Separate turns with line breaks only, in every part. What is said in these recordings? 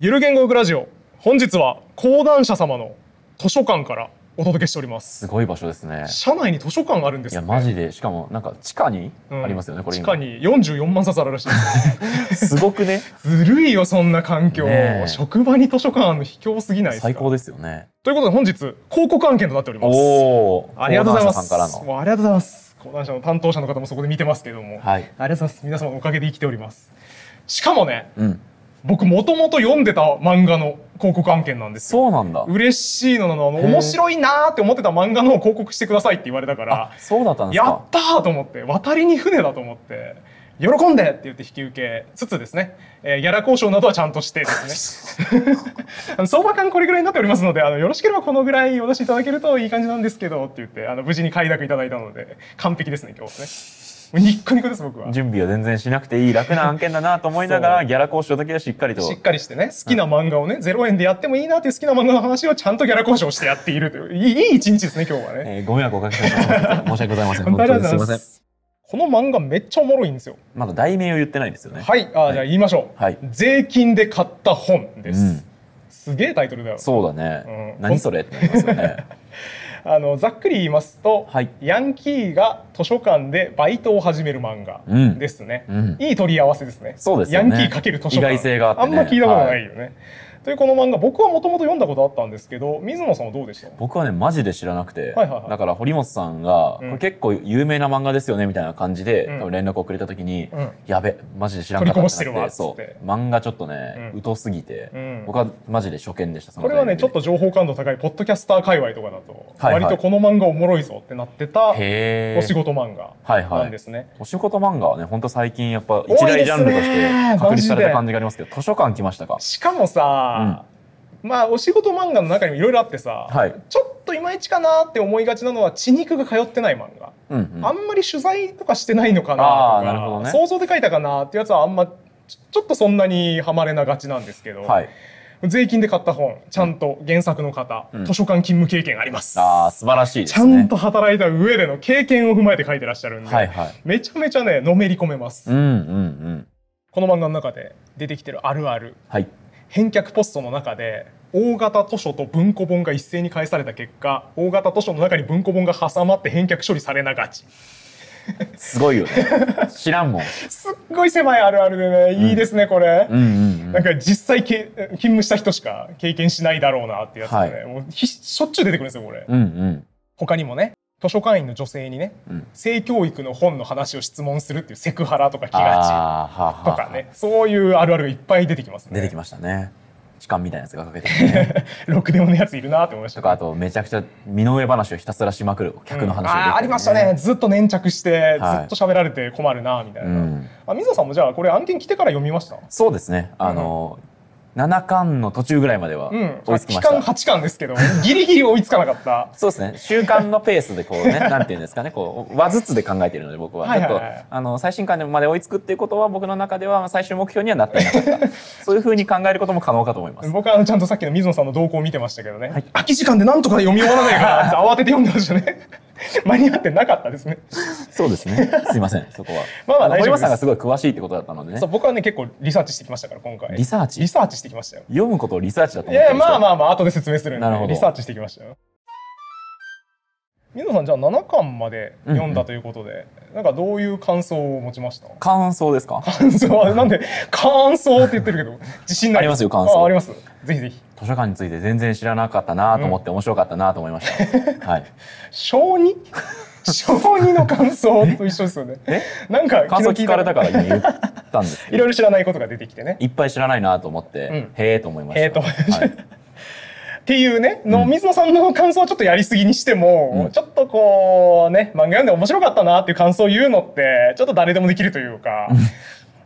ゆる言語学ラジオ本日は講談社様の図書館からお届けしております
すごい場所ですね。
社内に図書館あるんで
い
す
や
って
マジでしかもなんか地下に
うん
ありますよね、これ
地
今
下に44万冊あるらしいです
すごくね
ずるいよそんな環境、
ねえ
職場に図書館あるの卑怯すぎないですか
最高ですよね。
ということで本日広告案件となっております
おお
ありがとうございます
さんからの
もうありがとうございます講談社の担当者の方もそこで見てますけれども、あ
はい。
りがとうございます皆様のおかげで生きておりますしかもね
うん
僕もともと読んでた漫画の広告案件なんですよ
そうなんだ。
嬉しいのなのあの
へー
面白いなーって思ってた漫画のを広告してくださいって言われたから
あそうだったんです
や
か
っ。たーと思って渡りに船だと思って喜んでって言って引き受けつつですね、えーギャラ交渉などはちゃんとしてです ねあの相場感これぐらいになっておりますのであのよろしければこのぐらいお出しいただけるといい感じなんですけどって言ってあの無事に快諾いただいたので完璧ですね今日 ですねもうニッコニコです僕は
準備は全然しなくていい楽な案件だなと思いな
そ
がらギャラ交渉だけはしっかりと
しっかりしてね好きな漫画をね0円でやってもいいなっていう好きな漫画の話をちゃんとギャラ交渉してやっているといういいいい一日ですね今日はね。
えーご迷惑をおかけしました。申し訳ございません。
本
本
当に
当
ありがと
にすい
ご
うま
ざ
せ
いま
ん。
す。この漫画めっちゃおもろいんですよ。
まだ題名を言ってないんですよね。
はい、あー、じゃあ言いましょう、
はい
税金で買った本です。
うん
すげえタイトルだよ。
そうだね。
うん
何それってなりますよね。
あのざっくり言いますと、
はい
ヤンキーが図書館でバイトを始める漫画
うん
ですね。
うん
いい取り合わせですね。
そうですよね
ヤンキーかける図書館。
意外性があってね
んま聞いたことないよね。というこの漫画、僕はもともと読んだことあったんですけど、水野さんはどうでした？
僕はねマジで知らなくて、
はいはいはい
だから堀本さん
うん
が、これ結構有名な漫画ですよねみたいな感じで、
うん
多分連絡をくれた時に、
うん
やべマジで知らなか
取り
った
こぼしてるわ
なて
っ
そ
つって
う漫画ちょっとね、
うん
疎すぎて、
うん
僕はマジで初見でしたその
これはねち
タ
ょ
イ
っ
ミング
と情報感度高いポッドキャスター界隈とかだと、
はいはい
割とこの漫画おもろいぞってなってた
でへ
お
ー
仕事漫画
はい
な
は
んで
い
すね。
お仕事漫画はね本当最近やっぱ
いです
一
ね
大ジャンルとして確立さ
マ
れ
ジで
た感じがありますけど図書館来ましたか
しかもさ、まあお仕事漫画の中にもいろいろあってさ、
はい
ちょっといまいちかなって思いがちなのは血肉が通ってない漫画、
うんうん
あんまり取材とかしてないのかな
あー
とか
なるほどね
想像で書いたかなってやつはあんまちょちょっとそんなにはまれながちなんですけど、
はい
税金で買った本ちゃんと原作の方、
うん
図書館勤務経験あります。
あー素晴らしいで
ち
す
ゃ
ね
んと働いた上での経験を踏まえて書いてらっしゃるんで、
はいはい
めちゃめちゃねのめり込めます、
うんうんうん
この漫画の中で出てきてるあるある
はい
返却ポストの中で大型図書と文庫本が一斉に返された結果大型図書の中に文庫本が挟まって返却処理されながち
すごいよね知らんもん
すっごい狭いあるあるでねいいですねこれ、
うんうんうん
なんか実際け勤務した人しか経験しないだろうなってやつで、ね
はい
もうひしょっちゅう出てくるんですよこれ、
うんうん
他にもね図書館員の女性にね
うん
性教育の本の話を質問するっていうセクハラとか気が
あーはあ
ち
はあ
とかねそういうあるあるがいっぱい出てきますね
出てきましたね痴漢みたいなやつがかけてる ね
ろくでものやついるなって思いました
とかあとめちゃくちゃ身の上話をひたすらしまくる客の話をできたりね、
うんあーありましたねずっと粘着して、
はい
ずっと喋られて困るなみたいうな、
ん
あ水野さんもじゃあこれ案件来てから読みました
そうですねあの、七巻の途中ぐらいまでは
うん
追いつき
期
ました、
間8巻ですけどギリギリ追いつかなかった
そうですね週間のペースでこう ねなんていうんですかねこう和ずつで考えてるので僕は,、
はいはいはい
ちょっとあの最新刊まで追いつくっていうことは僕の中では最終目標にはなっていな かったそういうふうに考えることも可能かと思います
僕はあのちゃんとさっきの水野さんの動向を見てましたけどね、空き時間でなんとか読み終わらないからって慌てて読んでましたね 間に合ってなかったですね
そうですねすいませんそこは
まあまあ
の
大丈夫です
堀本さんがすごい詳しいってことだったのでね
そう僕はね結構リサーチしてきましたから今回
リサーチ
リサーチしてきましたよ
読むことをリサーチだと
い
思って
や
る人
まあまあまあ後で説明するんで
なるほど
リサーチしてきましたよ水野さんじゃあ7巻まで読ん
うんう
だ
ん
ということで、なんかどういう感想を持ちました
感想ですか
感想はなんで感想って言ってるけど自信ない
ありますよ感想
あありますぜひぜひ
図書館について全然知らなかったなと思って面白かったなと思い ました、はい
小児小児の感想と一緒ですよね
え
なんか
感想聞かれたから今言った んですけ
い
ど
ろいろ知らないことが出てきてね
いっぱい知らないなと思って、
うん
へえと思いました
へーと思いました
はい
っていうねの、水野さんの感想はちょっとやりすぎにしても、
うん
ちょっとこうね漫画読んで面白かったなっていう感想を言うのってちょっと誰でもできるというか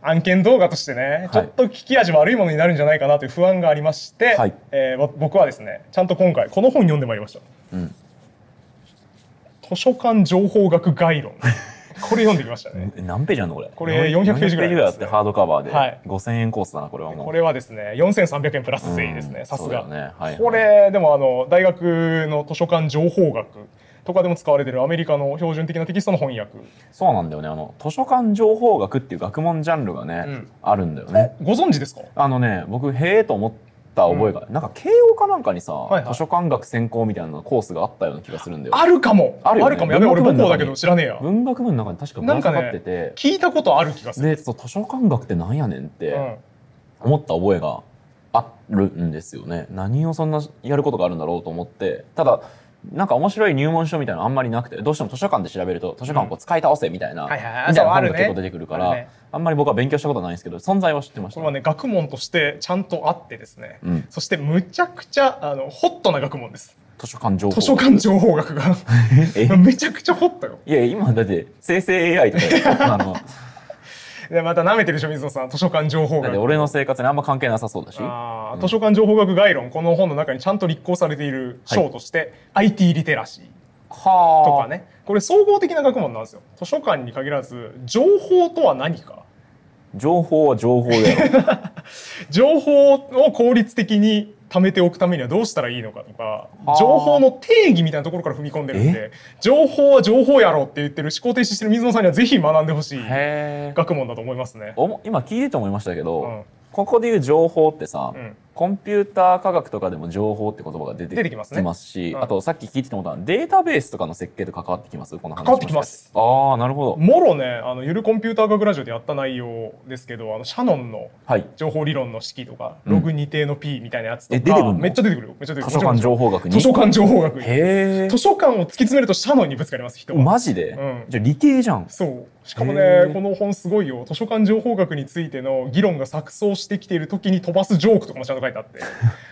案件動画としてね、ちょっと聞き味悪いものになるんじゃないかなという不安がありまして、
はい
えーぼ僕はですねちゃんと今回この本読んでまいりました
うん
図書館情報学概論これ読んできましたね
え何ページあるのこれ
これ400ページぐらいありますね
400あってハードカバーで、
はい
5000円コースだなこれはもう
これはですね4300円プラス税です
う
ね
ん
さす
そ
が
うだよねはいはい
これでもあの大学の図書館情報学とかでも使われてるアメリカの標準的なテキストの翻訳
そうなんだよねあの図書館情報学っていう学問ジャンルがね、
うん
あるんだよね
ご存知ですか
あのね僕へえと思っった覚えが、なんか慶応かなんかにさ、
いはい
図書館学専攻みたいなコースがあったような気がするんだよ。
あるかも
あるよね
かもやべえ俺母校
文学部の中に
だけど知らねえや
文学部の中に確かぶら下がってて、
聞いたことある気がする、
でそう図書館学ってなんやねんっ
う
て
ん
思った覚えがあるんですよね。何をそんなやることがあるんだろうと思ってただなんか面白い入門書みたいなのあんまりなくてどうしても図書館で調べると図書館をこう使い倒せみたいな、
はいはいはい
みたい
そ
な
うあるね
本が結構出てくるから
あ
あ,、
るね
んまり僕は勉強したことはないんですけど存在は知ってまし
こ
た。
れはね学問としてちゃんとあってですね、
うん、
そしてむちゃくちゃあのホットな学問です
図書館情報
図書館情報学が
え
めちゃくちゃホットよ
いや今だって生成 AI と かあの
でまた舐めてるでしょ水野さん図書館情報
だって
学
俺の生活にあんま関係なさそうだし
あー図書館情報学概論この本の中にちゃんと立候補されている章として、IT リテラシー
は
とかねこれ総合的な学問なんですよ図書館に限らず情報とは何か
情報は情報 だよ
情報を効率的に貯めておくためにはどうしたらいいのかとか
はあ
情報の定義みたいなところから踏み込んでるんで情報は情報やろって言ってる思考停止してる水野さんにはぜひ学んでほしい
へえ
学問だと思いますね。
今聞いてて思いましたけど、
うん
ここで言う情報ってさ、
うん
コンピューター科学とかでも情報って言葉が出て
出てきますね
し、
うん
あとさっき聞いてたことはデータベースとかの設計と関わってきますこの話
関わってきます
ああなるほど
もろねあのゆるコンピューター学ラジオでやった内容ですけどあのシャノンの
はい
情報理論の式とか、
うん
ログ2定の P みたいなやつと
え出てく
か、
るの
めっちゃ出てくるよ。めっちゃ出てく
図
る。
書館情報学に
図書館情報学に。
へえ
図書館を突き詰めるとシャノンにぶつかります、人は。
マジで、
うん
じゃあ理系じゃん
そう。しかも
へ
ね、
ー
この本すごいよ。図書館情報学についての議論が錯綜してきている時に飛ばすジョークとかもちゃんと書いてあ って、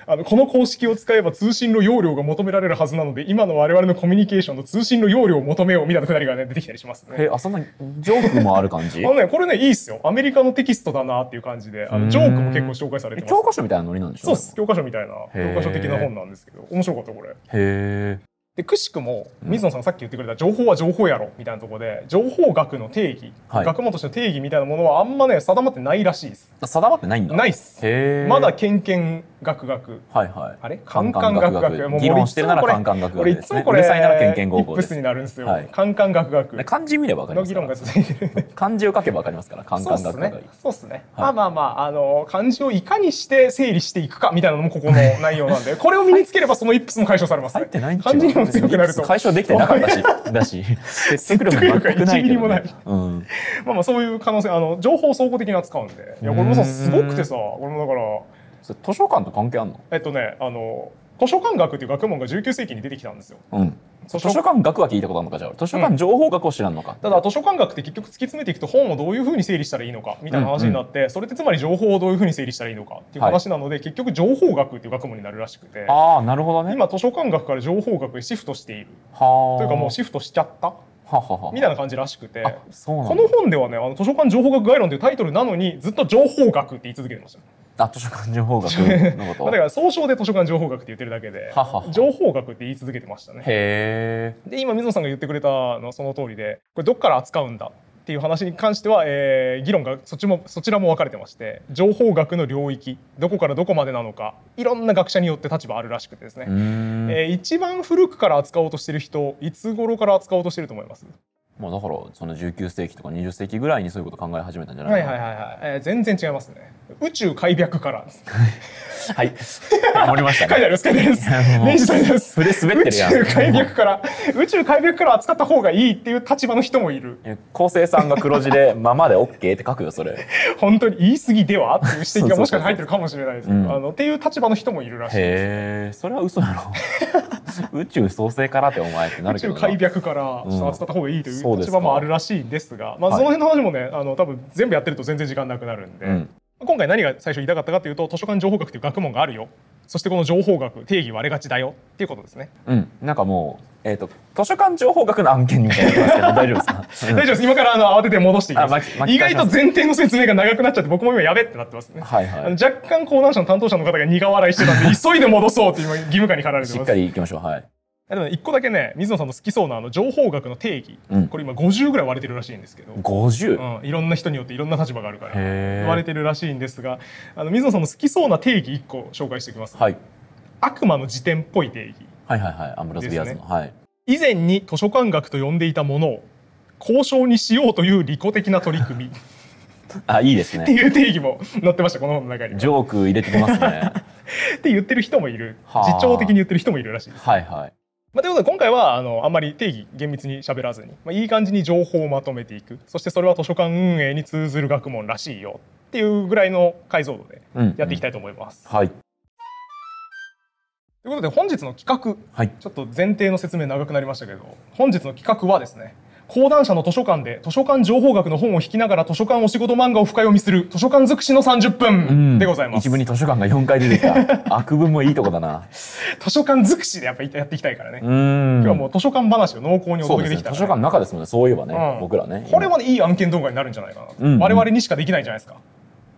あのこの公式を使えば通信の容量が求められるはずなので、今の我々のコミュニケーションの通信の容量を求めようみたいなくだりがね、出てきたりしますね。
へえあそんなジョークもあ る感じ
あのね、これね、いいっすよ。アメリカのテキストだなっていう感じで、あ
う
の
ん
ジョークも結構紹介されて
え
ます。
教科書みたいなノリなんでしょ
そうっす。教科書みたいな、
へー
教科書的な本なんですけど、面白かった、これ。
へえ
で、くしくも、
うん
水野さんがさっき言ってくれた情報は情報やろ、みたいなところで、情報学の定義、
はい
学問としての定義みたいなものはあんまね、定まってないらしいです。
定まってないんだ
ないいっす。
へえ
まだ、けんけん学学。
はいはい
あれカ
カ
ン
ン
カ
カ
ン
ン
学
学学
学。もう
議論してるなら
俺いつもこれ
カンカン学学
俺い
で
つ
す
も
ね
これ、
うるさいならけんけんごうごう
イッ
で
プ
す
スになるんですよ。
はい
カンカン学学
で漢字見ればわかり
の
ます
議
か
論が
ら
続いてる。
漢字を書けばわかりますからカン
そう
カ
っ
ン
す
学学がい
ね
い。
そうっすね。ま
は
あ
い
まあまあ、あの、漢字をいかにして整理していくかみたいなのもここの内容なん で、これを身につければそのイップスも解消されます
入
ね
ってないん。ちゃう
漢字にも強くなると。
解消できてなかったし だし説得力全くないけ
説得力が一ミリも
ど、
ない
ね、うん
まあまあそういう可能性、あの、情報を総合的に扱うんで。いや、これもさ、すごくてさ、これもだから、
それ図書館と関係あんの
えっとね、あの、図書館学っていう学問が19世紀に出てきたんですよ。
うん
図
図
書
書館学は聞いたことあるのかじゃあ図書館情報学を知らんのか、
ただ図書館学って結局突き詰めていくと本をどういうふうに整理したらいいのかみたいな話になって、それってつまり情報をどういうふうに整理したらいいのかっていう話なので、結局情報学っていう学問になるらしくて
ああなるほどね
今図書館学から情報学へシフトしている
はあ
というかもうシフトしちゃった
ははは
みたいな感じらしくて
あそうな
こ
んだ
の本ではねあの図書館情報学概論というタイトルなのにずっと情報学って言い続けてました
あ図書館情報学の こ
まあ
と
だから総称で図書館情報学って言ってるだけで
ははは
情報学って言い続けてましたね
へえ
で今水野さんが言ってくれたのはその通りでこれどっから扱うんだっていう話に関しては、えー議論がそっちもそちらも分かれてまして情報学の領域どこからどこまでなのかいろんな学者によって立場あるらしくてですね、
うーん、
えー一番古くから扱おうとしてる人いつ頃から扱おうとしてると思います
まあだからその19世紀とか20世紀ぐらいにそういうこと考え始めたんじゃない
はい
か
は
ない
はいはい、えー全然違いますね宇宙開闢からです書い
はい。盛りました
てあ
ね。
る書いてあるです
いやもう
明治されてます
筆滑って
宇
るやん。
宙開闢から宇宙開闢から扱った方がいいっていう立場の人もいる
え昴生さんが黒字で「ままで OK」って書くよそれ。
本当に言い過ぎではっていう指摘がもしかしたら入ってるかもしれないですけど、
うん
あのっていう立場の人もいるらしいです。
へえそれは嘘や ろ宇宙創生からってお前ってな
宇
るけ
宙
どな
開闢からちょっと扱った方がいいとい
そううです
立
か
場もあるらしいんですが、まあ、
はい
その辺の話もねあの多分全部やってると全然時間なくなるんで、
うん
今回何が最初言いたかったかというと図書館情報学という学問があるよそしてこの情報学定義割れがちだよっていうことですね、
うんなんかもうえっ、と図書館情報学の案件みたいになってますけど大丈夫ですか
大丈夫です今からあの慌てて戻していき
あ
ま
巻
す
き巻
意
き返
外
しま
と
す
前提の説明が長くなっちゃって僕も今やべってなってますね、
はい
あ
は
の
い
若干講談社の担当者の方が苦笑いしてたん で急いで戻そうって今義務感に駆られて
し
ま
っ
す
かりいきましょうはい
あでもね一個だけね水野さんの好きそうなあの情報学の定義、
うん
これ今50ぐらい割れてるらしいんですけど、
50、へ
うん、いろんな人によっていろんな立場があるから
え
割れてるらしいんですがあの水野さんの好きそうな定義一個紹介しておきます、
はい、
悪魔の辞典っぽい定義
はいはいはいアンブラス・ビアーズの、
で
はい
以前に図書館学と呼んでいたものを交渉にしようという利己的な取り組みっ
あいいです
て
ね
いう定義も載ってましたこの本の中に
ジョーク入れてきますね
って言ってる人もいる
はあ
自重的に言ってる人もいるらしいです。
はいはい。
まあ、ということで今回はあのあんまり定義厳密に喋らずに、まあ、いい感じに情報をまとめていくそしてそれは図書館運営に通ずる学問らしいよっていうぐらいの解像度で
うん、
やっていきた
い。
いと思います。
はい。
ということで本日の企画
はい。
ちょっと前提の説明長くなりましたけど本日の企画はですね講談社の図書館で図書館情報学の本を引きながら図書館お仕事漫画を深読みする図書館尽くしの30分でございます、
一部に図書館が4回出て きた。悪文もいいとこだな。
図書館尽くしでやっぱやっていきたいからね、
うーん。
今日はもう図書館話を濃厚にお
そう
届け
です
で
ね。
きたら
図書館の中ですもんね。そういえばね、
うん
僕らね。
これはねいい案件動画になるんじゃないかな、
うんうん
我々にしかできないじゃないですか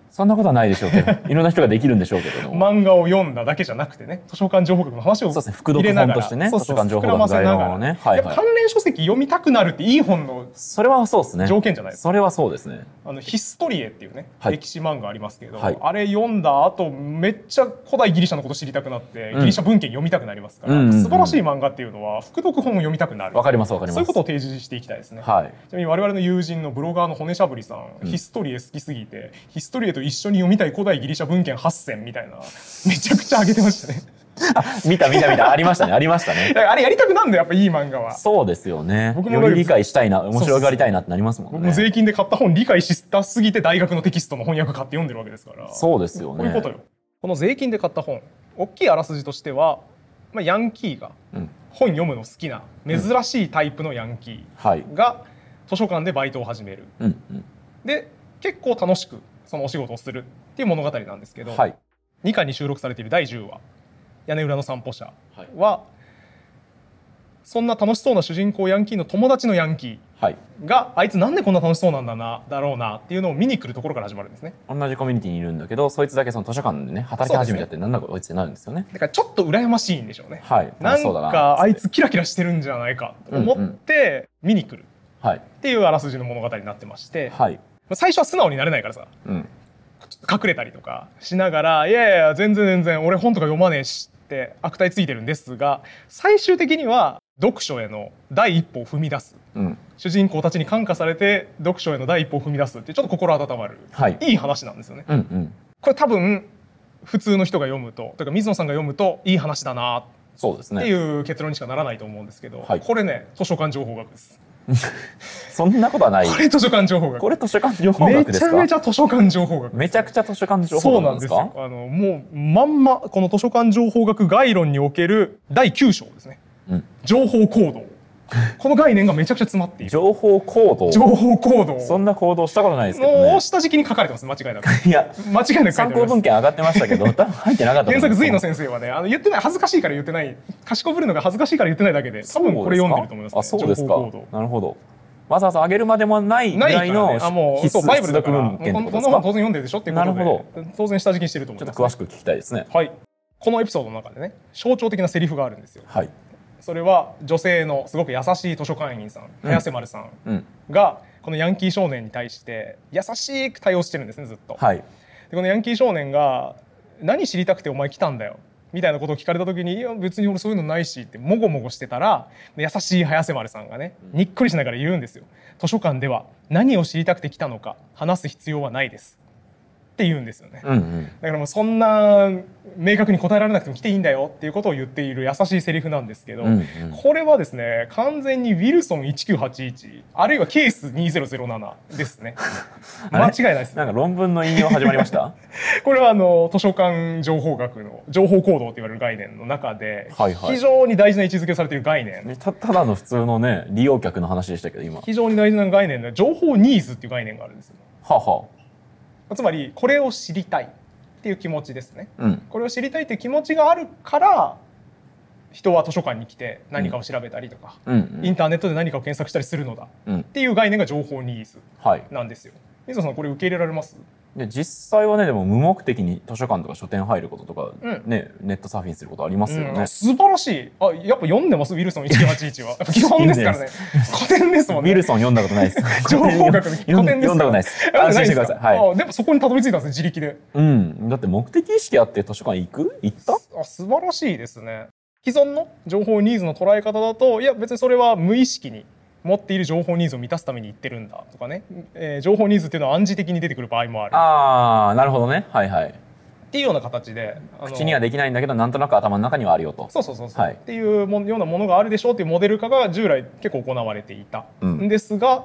そんなことはないでしょうけ ど、いろんな人ができるんでしょうけれども。
漫画を読んだだけじゃなくてね図書館情報局の話を
そうですね。副
入
読
れながら
本としてね、
そう
図
そ
書
う
館情報
膨らま
学
せな
材
が
料
ら
をね。はい
やっ
は
ぱ
い。
関連書籍読みたくなるっていい本の
それはそうですね。
条件じゃないですか
それはそうですね。
あのヒストリエっていうね、
はい
歴史漫画ありますけど、
はい
あれ読んだ後めっちゃ古代ギリシャのこと知りたくなって、
うん
ギリシャ文献読みたくなりますから、
うんうんうん
素晴らしい漫画っていうのは副読本を読みたくなる
わかりますわかります。
そういうことを提示していきたいですね。
はい。
ちなみに我々の友人のブロガーの骨しゃぶりさん、
うん
ヒストリエ好きすぎてヒストリエと一緒に読みたい古代ギリシャ文献8選みたいな めちゃくちゃ上げてましたね
見た見た見た。ありましたね。ありまし た
だ
ね。
からあれやりたくなるんだよやっぱいい漫画は
そうですよね。
僕も
より理解したいな、面白がりたいなってなりますも
僕
ん
も
ね。
税金で買った本理解したすぎて大学のテキストの翻訳買って読んでるわけですから
そうですよ
こういう
ね。
ことよ。この税金で買った本、大きいあらすじとしては、まあ、ヤンキーが
うん。
本読むの好きな珍しいタイプのヤンキ
はい
ー。が図書館でバイトを始める。
うんうん。
で、結構楽しくそのお仕事をするっていう物語なんですけど、
はい。
2巻に収録されている第10話「屋根裏の散歩者
は」い
は、そんな楽しそうな主人公ヤンキーの友達のヤンキ
はい。
ーがあいつなんでこんな楽しそうなんだなだろうなっていうのを見に来るところから始まるんですね。
同じコミュニティにいるんだけど、そいつだけその図書館でね、働き始めちゃって、なんだこいつってなるんですよね。
だからちょっと羨ましいんでしょうね。
はい。
な
楽
ん
しそうだ
かあいつキラキラしてるんじゃないかと思って見に来る
はい。
っていうあらすじの物語になってまして
はい。
最初は素直になれないからさ
うん。
ちょっと隠れたりとかしながら「いやいや全然全然俺本とか読まねえし」って悪態ついてるんですが最終的には読書への第一歩を踏み出す
うん。
主人公たちに感化されて読書への第一歩を踏み出すってちょっと心温まる
はい。
いい話なんですよね。
うんうん。
これ多分普通の人が読むとというか水野さんが読むといい話だなって
そうです
って
ね。
いう結論にしかならないと思うんですけど、
はい
これね図書館情報学です
そんなことはない
こ。れ図書館情報学
これ図書館情報
め
学で
ち
す
ゃ
か
めちゃ図書館情報学
めちゃくちゃ図書館情
そ
報
うな
なんん
で
ですす
よ
か
あのもうまんまこの図書館情報学概論における第9章ですね
うん
情報行動この概念がめちゃくちゃ詰まっている
情報行動。
情報行動
そんな行動したことないですけど
の
ね
を。下敷きに書かれてます間違いなく
いや、
間違いなく書い
参
てあり
考
ます
文献上がってましたけど、多分入ってなかったと思
原
う
作隋の先生はねあの言ってない恥ずかしいから言ってない賢ぶるのが恥ずかしいから言ってないだけで多分これ読んでると思います、ね、
あ、そうです
情
か
報行動。
なるほど。わざわざ上げるまでもないぐ
ないからら、
い
ね、
の
あもう
必
そう
須
バイブルだか
必
ら
須
も
文
う
献
このこ
ってこと
の
です
本
か
当然読んでるでしょっていうことで
なるほ
当然下敷きにしてると思
ちょ
い
っと
ます、
詳しく聞きたいですね。
はいこのエピソードの中でね象徴的なセリフがあるんですよ
はい。
それは女性のすごく優しい図書館員さん
うん
早瀬丸さん
うん。
がこのヤンキー少年に対して優しく対応してるんですねずっと、
はい。
でこのヤンキー少年が「何知りたくてお前来たんだよ」みたいなことを聞かれた時に「いや別に俺そういうのないし」ってもごもごしてたら優しい早瀬丸さんがねにっこりしながら言うんですよ「図書館では何を知りたくて来たのか話す必要はないです」って言うんですよね。
うんうん。
だからもうそんな明確に答えられなくても来ていいんだよっていうことを言っている優しいセリフなんですけど、
うんうん
これはですね完全にウィルソン1981あるいはケース2007ですね
あれ
間違いないです
なんか論文の引用始まりま した。
これはあの図書館情報学の情報行動と言われる概念の中で、
はいはい
非常に大事な位置づけをされている概念
ねたただの普通のね利用客の話でしたけど今。は
非常に大事な概念で情報ニーズっていう概念があるんですよ
あは
つまりこれを知りたいっていう気持ちですね
あ。うん。
これを知りたいという気持ちがあるから人は図書館に来て何かを調べたりとか、
うん
インターネットで何かを検索したりするのだっ
うん。うん。
ていう概念が情報ニーズ
はい。
なんですよ水野さんこれ受け入れられます
で実際はねでも無目的に図書館とか書店入ることとか、
うん
ねネットサーフィンすることありますよね。
うん素晴らしいあやっぱ読んでますウィルソン1981はやっぱ基本です からね古典ですもん
ウィ
ね。
ルソン読んだことないです
情報学の
読んだ
古典ですか
読んだことないです。
あ
安心してください。はい。
あでもそこにたどり着いたんですね自力で
うん。だって目的意識あって図書館行く行った
あ素晴らしいですね既存の情報ニーズの捉え方だといや別にそれは無意識に持っている情報ニーズを満たすために言ってるんだとかね、えー情報ニーズっていうのは暗示的に出てくる場合もある
ああ、なるほどね。はいはい。
っていうような形であの
口にはできないんだけどなんとなく頭の中にはあるよと。
そうそうそうそう、
はい
っていうもんようなものがあるでしょうっていうモデル化が従来結構行われていた
うんん
ですが、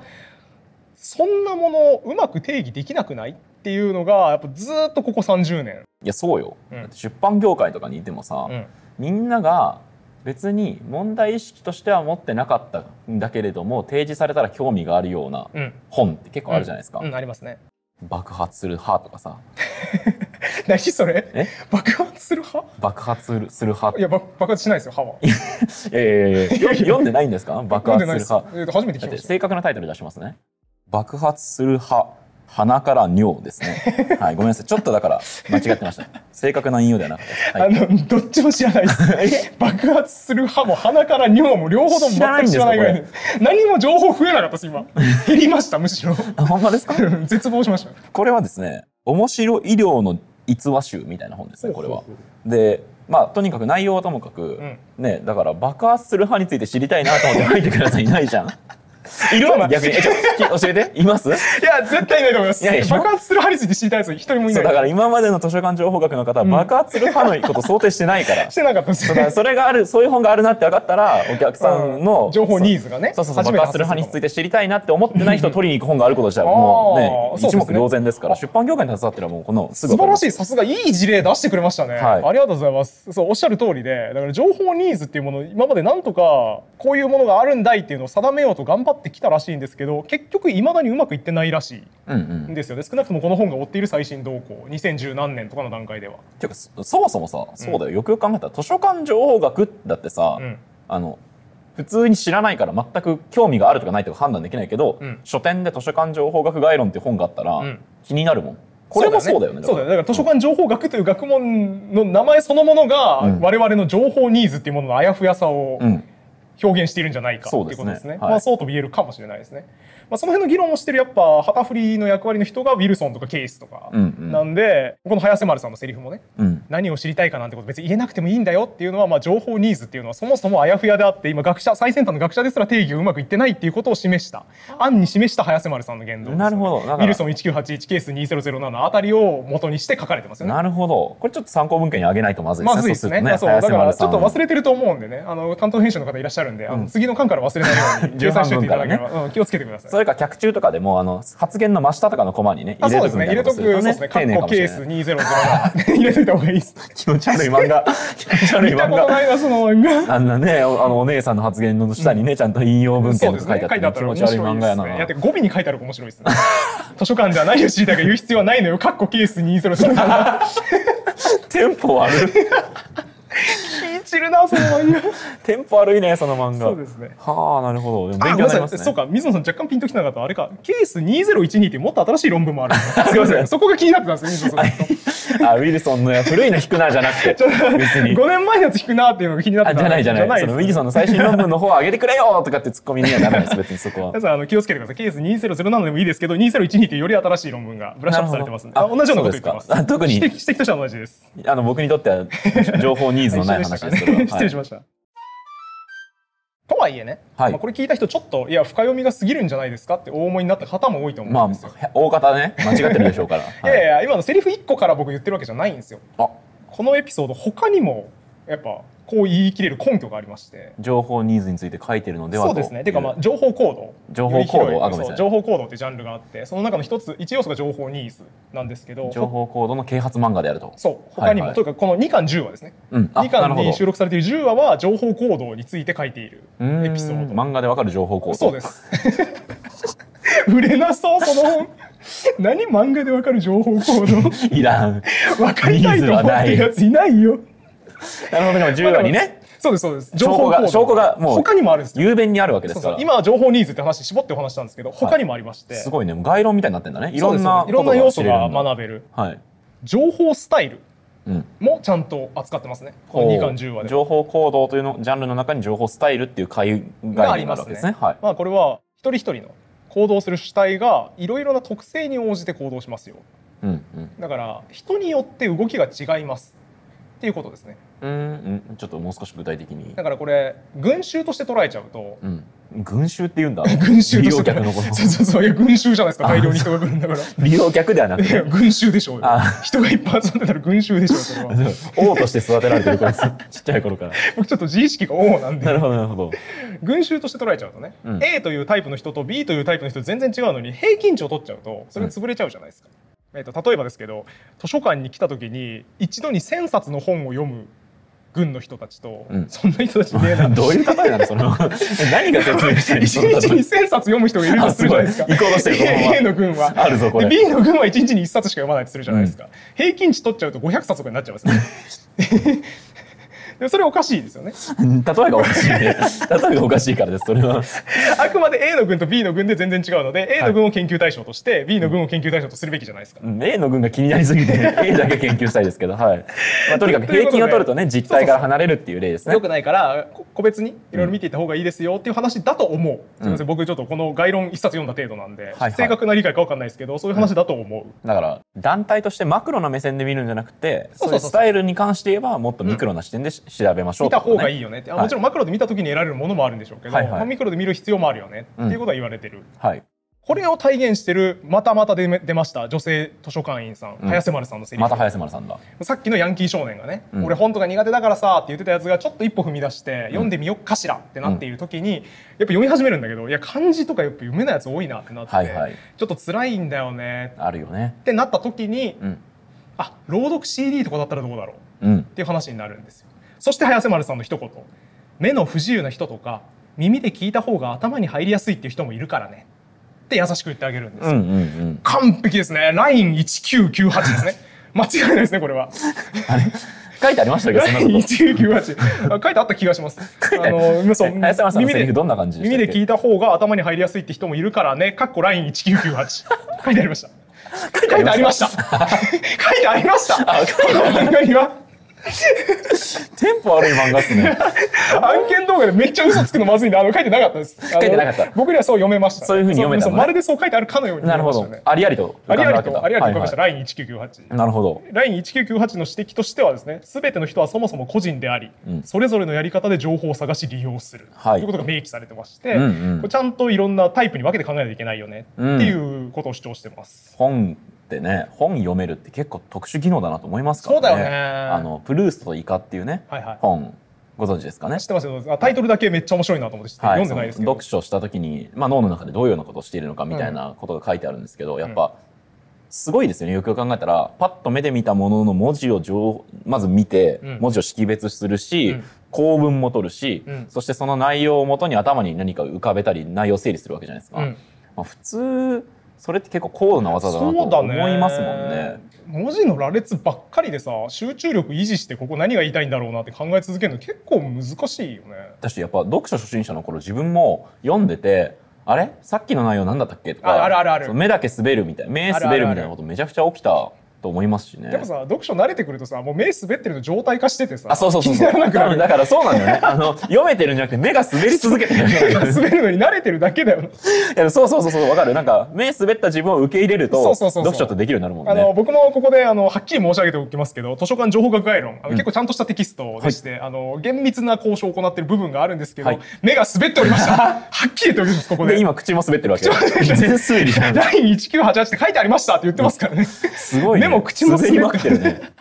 そんなものをうまく定義できなくないっていうのがやっぱずーっとここ30年。
いやそうよ、
うん
だって出版業界とかにいてもさ、
うん
みんなが別に問題意識としては持ってなかったんだけれども提示されたら興味があるような
うん
本って結構あるじゃないですか、
うん、ありますね。
爆発する歯とかさ
何それ
え
爆発する派
爆発するする歯
いやば爆発しないですよ歯は。
いやいやいや読 読んでないんですか爆
飲ん
発
ですない
る
ですえ
歯
ーと初めて聞
だ
き
っ
ま
て
し
正確なタイトル出しますね爆発する歯鼻から尿ですねはいごめんなさいちょっとだから間違ってました正確な引用ではなかったです、
た。
はい、
あのどっちも知らないです。爆発する歯も鼻から尿も両方とも全
知らない
く
ん
知
です
ら
か
ないぐらいで何も情報増えなかったです今。減りましたむしろ。
あほんまですか
うん絶望しました。
これはですね「面白医療の逸話集」みたいな本ですねこれは
ほうほう。
でまあとにかく内容はともかく、
ん
ねだから爆発する派について知りたいなと思って書いてくださいいな いじゃん。いる
そうなん
逆にえちょ聞き教えています
いや、絶対いないと思います。
いやいや
爆発するハリスに知りたいやつ一人もいな
そう
い。
だから今までの図書館情報学の方は爆発する派のこと想定してないから。
してなかったんですよ
そうだから
ね。
それがあるそういう本があるなって分かったらお客さんの、
うん情報ニーズがね
そうそうそう
初めて
爆発する派について知りたいなって思ってない人を取りに行く本があること自体はもう
あー
ね一
そうです
目
ね
瞭然ですから出版業界に携わってるらもうこのすぐ
素
分か
晴
りま
ら
す
しい、さすがいい事例出してくれましたね、
はい
ありがとうございます。そう、おっしゃる通りで、だから情報ニーズっていうもの、今までなんとかこういうものがあるんだいっていうのを定めようと頑張ってきたらしいんですけど、結局いまだにうまくいってないらし
うんうん
いんですよね。少なくともこの本が追っている最新動向、2010何年とかの段階では。
ていうかそそもそもさそうだよよくよく考えたら図書館情報学だってさ、
うん
あの普通に知らないから全く興味があるとかないとか判断できないけど、
うん
書店で図書館情報学概論っていう本があったら、
うん
気になるもんこれもそうだよね
そうだよね。だ
か
から図書館情報学という学問の名前そのものが、
うん
我々の情報ニーズっていうもののあやふやさを、
らうん
表現しているんじゃないかってい
そうう
こ
です
と
ね
ですね。
はい
まあそうと言えるかもしれないですね。まあその辺の議論をしてるやっぱ旗振りの役割の人がウィルソンとかケイスとか
うんうん
なんで、この早瀬丸さんのセリフもね、
うん
何を知りたいかなんてこと別に言えなくてもいいんだよっていうのはまあ情報ニーズっていうのはそもそもあやふやであって今学者最先端の学者ですら定義がうまくいってないっていうことを示した案に示した早瀬丸さんの言動です、ね。
なるほどだから
ウィルソン1981ケース2007あたりを元にして書かれてますよね。
なるほどこれちょっと参考文献にあげないとまずいです
ま
ね,、
ずいですね。あそうだからちょっと忘れてると思うんでね、あの担当編集の方いらっしゃるんで、あの次の巻から忘れないように計算しておいていただければ、うん気をつけてください。
それか客中とかでもあの発言の真下とかのコマにね
あ
入
そ
れ
う
と
です
く
ね。
みた
入
い
れ
な
と
こ
く、
すると
そうで
ね
すね。カッコケー
丁寧かもしれない
ス2007入れといた方がいいです。
気持ち悪 い漫画気持ち悪い
見た
漫
こと
画
ないな、その漫画。
あんなねおあのお姉さんの発言の下にね、ちゃんと引用文
そう
献
で
と
す
か書
ね
いて。あ
書
っ
い
て
てあったら
ね、気持
面白い
ち悪い漫
です
画やな、
ね。いや、てか語尾に書いてあるか面白いですね。 図書館では何を知りたいか言う必要はないのよ。カッコケース2007が。
テンポ悪い
知るな、その漫画。
テンポ悪いねその漫画
そうですね
はあなるほどでも
あ
勉
ごめ
強
んな
になり
さ
ます
い
ね
そうか、水野さん若干ピンときてなかった。あれか、ケース2012ってもっと新しい論文もある。 す
いません
そこが気になってたんですよ、水野さんずっと。
あウィルソンのや古いの引くなじゃ なくて別に
5年前のやつ引くなっていうのが気になって
あ
た
じゃないじゃないそのウィルソンの最新論文の方を上げてくれよとかってツッコミにはならないです別にそこは
皆さんあの気をつけてくださいケース2007でもいいですけど2012っていうより新しい論文がブラッシュアップされてますんで
な
あ
るほど
同じようなこと言ってます
そうですかあ特に
指摘指摘としては同じです
あの僕にとっては情報ニーズのない
一緒
話
か
で
ね
すけど、はい
失礼しました、とはいえね、
はい
まあ、これ聞いた人ちょっといや深読みが過ぎるんじゃないですかってお思いになった方も多いと思う
まあ
んですよ、
大方ね間違ってるでしょ うから、はい
いやいや今のセリフ1個から僕言ってるわけじゃないんですよ
あ
このエピソード他にもやっぱこう言い切れる根拠がありまして
情報ニーズについて書いてるのではと
そうですね。てかまあ情報行動。
情報行動
より広い
あごめんなさい
そう情報行動ってジャンルがあって、その中の一つ一要素が情報ニーズなんですけど、
情報行動の啓発漫画であると
そう他にも、
はいはい
というかこの2巻10話ですね。
うんあ
2巻
なるほ
に
ど
収録されている10話は情報行動について書いている
うーん
エピソード。
漫画でわかる情報行動
そうです。 売れなそうその本。何漫画でわかる情報行 動。
いらん
わかりたいと思ってるやついないよ。
なるほどでも10話にね
そうですそうです。
証拠が証拠がもう
他にもあるんですよ。
雄弁にあるわけで
そう
すか
そ
ら
う今は情報ニーズって話絞ってお話したんですけど他にもありまして、
すごいねもう概論みたいになってんだねいろん
そ
な
うですいろんな要素が
学
学べる
はい、
情報スタイル
うん、
もちゃんと扱ってますねこの2巻10話では
情報行動というのジャンルの中に情報スタイルっていう概念があるわけですねはい
まあこれは一人一人の行動する主体がいろいろな特性に応じて行動しますよ
うんうん
だから人によって動きが違いますっていうことですね
うんうんちょっともう少し具体的に
だからこれ群衆として捉えちゃうと
うん群衆って言うんだ
群衆
利
と
用
して
客のこと
そうそうそういや群衆じゃないですか大量に人が来るんだから
利用客ではな
い
く
や
て
群衆でしょうよ
あ
人がいっぱい集まってたら群衆でしょうそれ は
王として育てられてるこいつちっちゃい頃から
僕ちょっと自意識が王なんで
なるほどなるほど
群衆として捉えちゃうとね、
うん
A というタイプの人と B というタイプの人全然違うのに平均値を取っちゃうとそれが潰れちゃうじゃないですか、えー、と例えばですけど図書館に来た時に一度に1,000冊の本を読む軍の人たちと、
うん
そんな人たち見えない
どういう例えなのその 何が説明してるの
一
その例え
日に1,000冊読む人がいると
あ
す
す
るじゃな
ご
い
い
ですか
行こうとしてるこの
A
ま
の軍は
まあるぞこ
で
れ
B の軍は1日に1冊しか読まないとするじゃないですか、平均値取っちゃうと500冊とかになっちゃいますよね でもそれおかしいですよね
例えがおかしいね 例えがおかしいからですそれ は
あくまで A の軍と B の軍で全然違うので A の軍を研究対象として B の軍を研究対象とするべきじゃないですか。
うん A の群が気になりすぎて A だけ研究したいですけどはい、まあ、とにかく平均を取るとね実態から離れるっていう例ですね
よくないからこ個別にいろいろ見ていった方がいいですよっていう話だと思う、すみません僕ちょっとこの概論一冊読んだ程度なんで、
はいはい
正確な理解かわかんないですけどそういう話だと思う、
だから団体としてマクロな目線で見るんじゃなくて
そ
そうう
そ
いう
そう
うスタイルに関して言えばもっとミクロな視点でし調べましょう
見
と
た
かね
方がいいよねって、あ
はい
もちろんマクロで見た時に得られるものもあるんでしょうけど、
はいはい
まあミクロで見る必要もあるよねっていうことは言われてる、
はい
これを体現してるまたまた出め出ました女性図書館員さん、
うん
早瀬丸さんのセリ
ま
フ
た早瀬丸さんだ
さっきのヤンキー少年がね、
うん
俺本とか苦手だからさって言ってたやつがちょっと一歩踏み出して読んでみよっかしらってなっている時に、やっぱ読み始めるんだけどいや漢字とかやっぱ読めないやつ多いなってなって、
はいはい
ちょっと辛いんだよね
あるよね
ってなった時に
うん
あ朗読 CD とかだったらどうだろう
うん
っていう話になるんですよそして早瀬丸さんの一言目の不自由な人とか耳で聞いた方が頭に入りやすいっていう人もいるからねって優しく言ってあげるんです
うんう
よ、
んうん
完璧ですねライン1998ですね間違いないですねこれは
あれ書 いてありましたけどそんなこと
1998あ書いてあった気がします。あのそう
え林さんの
耳
セリ
で
フどんな感じでした
耳
っけ
で聞いた方が頭に入りやすいって人もいるからね。かっこライン1998書いてありました。書いてありました。書いてありました。この漫画には
テンポ悪い漫画っす ね
案件動画でめっちゃ嘘つくのまずいんであの書いてなかったです。書
いてなかった
僕にはそう読めました。
そういう風に読めた
そ
の
う
ね
まるでそう書いてあるかのように
なる
読めまし
ほ
たよ
ど
ね。
ありありと浮
あ
か
り
んだ
あ
わ
り
け
と
だ
ありありと書きました。
はいは
ライン1998
い。なるほど
ライン1998の指摘としてはですね全ての人はそもそも個人であり、
うん
それぞれのやり方で情報を探し利用する、
はい
ということが明記されてまして、
うんうん
これちゃんといろんなタイプに分けて考えないといけないよね、
うん
っていうことを主張してます。
本ってね本読めるって結構特殊技能だなと思いますか
そ
ら
う
ね
だよね
あのプルーストとイカっていうね、
はいはい
本ご存知ですかね
知ってますよあタイトルだけめっちゃ面白いなと思って、
はい、
読んでないです
そ
け
の
ど
読書した時に、まあ、脳の中でどういうようなことをしているのかみたいなことが書いてあるんですけど、やっぱすごいですよねよくよく考えたらパッと目で見たものの文字を情まず見て、
うん
文字を識別するし、
うん
構文も取るし、
うん
そしてその内容をもとに頭に何か浮かべたり内容を整理するわけじゃないですか。
うん
まあ、普通それって結構高度な技だなと思いますもんね。
文字の羅列ばっかりでさ集中力維持してここ何が言いたいんだろうなって考え続けるの結構難しいよね。
だしやっぱ読書初心者の頃自分も読んでてあれさっきの内容何だったっけとか
ああるあるある
そう目だけ滑るみたいな目
あるあるある
滑るみたいなことめちゃくちゃ起きたと思いますしね
でもさ読書慣れてくるとさもう目滑ってると状態化しててさ
あそうそうそう
気
そ
に
う
ならなくな
多
る
分だからそうなんだよねあの読めてるんじゃなくて目が滑り続けてる
滑るのに慣れてるだけだよな。
いやそうそうそうそうわかるなんか目滑った自分を受け入れると
そうそうそうそう
読書ってできるようになるもん
あの
ね
僕もここであのはっきり申し上げておきますけど図書館情報学概論あの、結構ちゃんとしたテキストでして、あの厳密な交渉を行っている部分があるんですけど、
はい
目が滑っておりま したはっきりと言うんですここで
で今口も滑ってるわけ
口も滑ってる
全推理じゃん
ライン1988って書いてありましたって言ってますからね、
すごい、ね、
目も口も滑っ
滑
て
り
る
まくってるね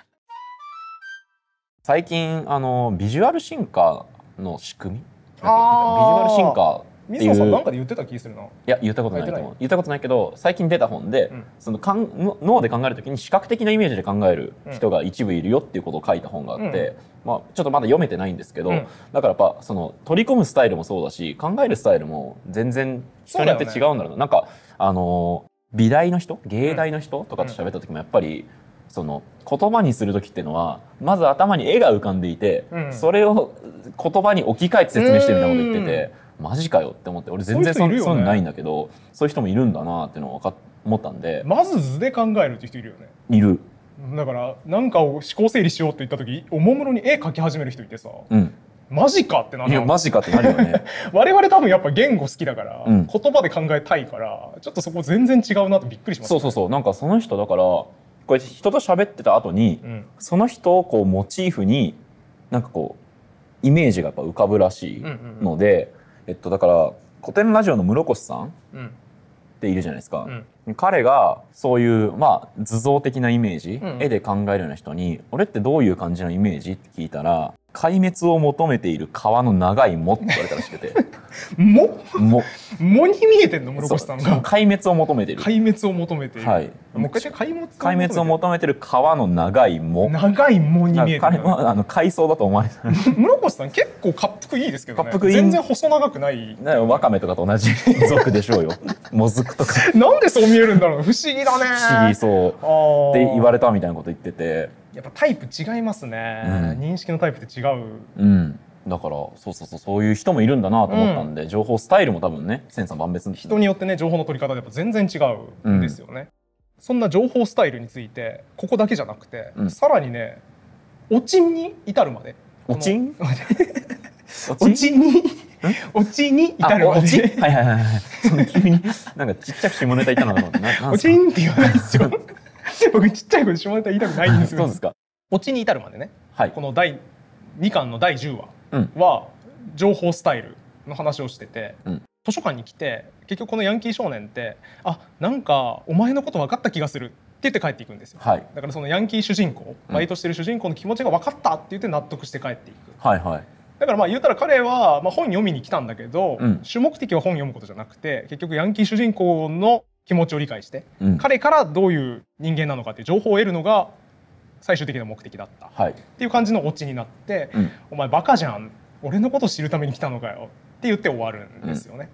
最近あのビジュアル進化の仕組みビジュ
あー
アル進化って
水
い
野
う
さんなんかで言ってた気するない
や言ったことないと
書いて
思
な
う言ったことないけど最近出た本で、
うん
そのかんの脳で考えるときに視覚的なイメージで考える人が一部いるよっていうことを書いた本があって、まあ、ちょっとまだ読めてないんですけど、
うん
だからやっぱその取り込むスタイルもそうだし考えるスタイルも全然人によって違うんだろうななんかあの美大の人芸大の人とかと喋った時もやっぱり。その言葉にする時っていうのはまず頭に絵が浮かんでいて、
うん
それを言葉に置き換えて説明してるみたいなこと言っててマジかよって思って俺全然
そ
そうう
いう
い
人い
う
るよね
のないんだけどそういう人もいるんだなっていうのを分かっ思ったんで、
まず図で考えるって人いるよね
いる、
だから何かを思考整理しようって言った時おもむろに絵描き始める人いてさ
うん、
マジかってなる
いやマジかってなるよ ね
我々多分やっぱ言語好きだから、
うん
言葉で考えたいからちょっとそこ全然違うなってびっくりしました
そうそうそうなんかその人だからこれ人と喋ってた後に、
うん
その人をこうモチーフになんかこうイメージがやっぱ浮かぶらしいので、えっとだから古典ラジオの室越さんっ
うん
ているじゃないですか
う、ん
彼がそういう、まあ、図像的なイメージ、
うん
絵で考えるような人に「俺ってどういう感じのイメージ?」って聞いたら「壊滅を求めている川の長い藻」って言われたらしくて
も
「藻」
もに見えてんの室
そう
越さんが
壊滅を求めている。
壊滅を求めている、
はい
もう一回言って壊滅
壊滅を求めてる川の長い藻
長いもに
なん
見え
か
て
彼
る
はあの海藻だと思われた
室越さん結構滑腹いいですけどね
滑腹いい
全然細長くない
なんかわかめとかと 同じ属でしょうよもずくとか
なんでそう見えるんだろう不思議だね
不思議そう
あー
って言われたみたいなこと言ってて
やっぱタイプ違いますね、
うん
認識のタイプって違う
うんだからそうそうそうそういう人もいるんだなと思ったんで、情報スタイルも多分ね千差万別に
人によってね情報の取り方でやっぱ全然違うんですよね、そんな情報スタイルについてここだけじゃなくて、
うん
さらにねおちんに至るまで
お ちんお
おちんに おちんに
あ
至る
お
ま
おちん
で
はいはいはいはいその急になんかちっちゃく下ネタ言ったのかと思ってななん
お
すか
ちんって言わない ですよ僕ちっちゃい子で下ネタ言いたくないんです
そう
よ
ですか
おちんに至るまでね
はい
この第2巻の第10話
うん
は情報スタイルの話をしてて、
うん
図書館に来て結局このヤンキー少年ってあなんかお前のこと分かった気がするって言って帰っていくんですよ
はい
だからそのヤンキー主人公
うん
バイトしてる主人公の気持ちが分かったって言って納得して帰っていく
はいはい
だからまあ言うたら彼はまあ本読みに来たんだけど、
うん
主目的は本読むことじゃなくて結局ヤンキー主人公の気持ちを理解して
うん
彼からどういう人間なのかっていう情報を得るのが最終的な目的だった
はい
っていう感じのオチになって
うん
「お前バカじゃん俺のこと知るために来たのかよ」って言って終わるんですよね。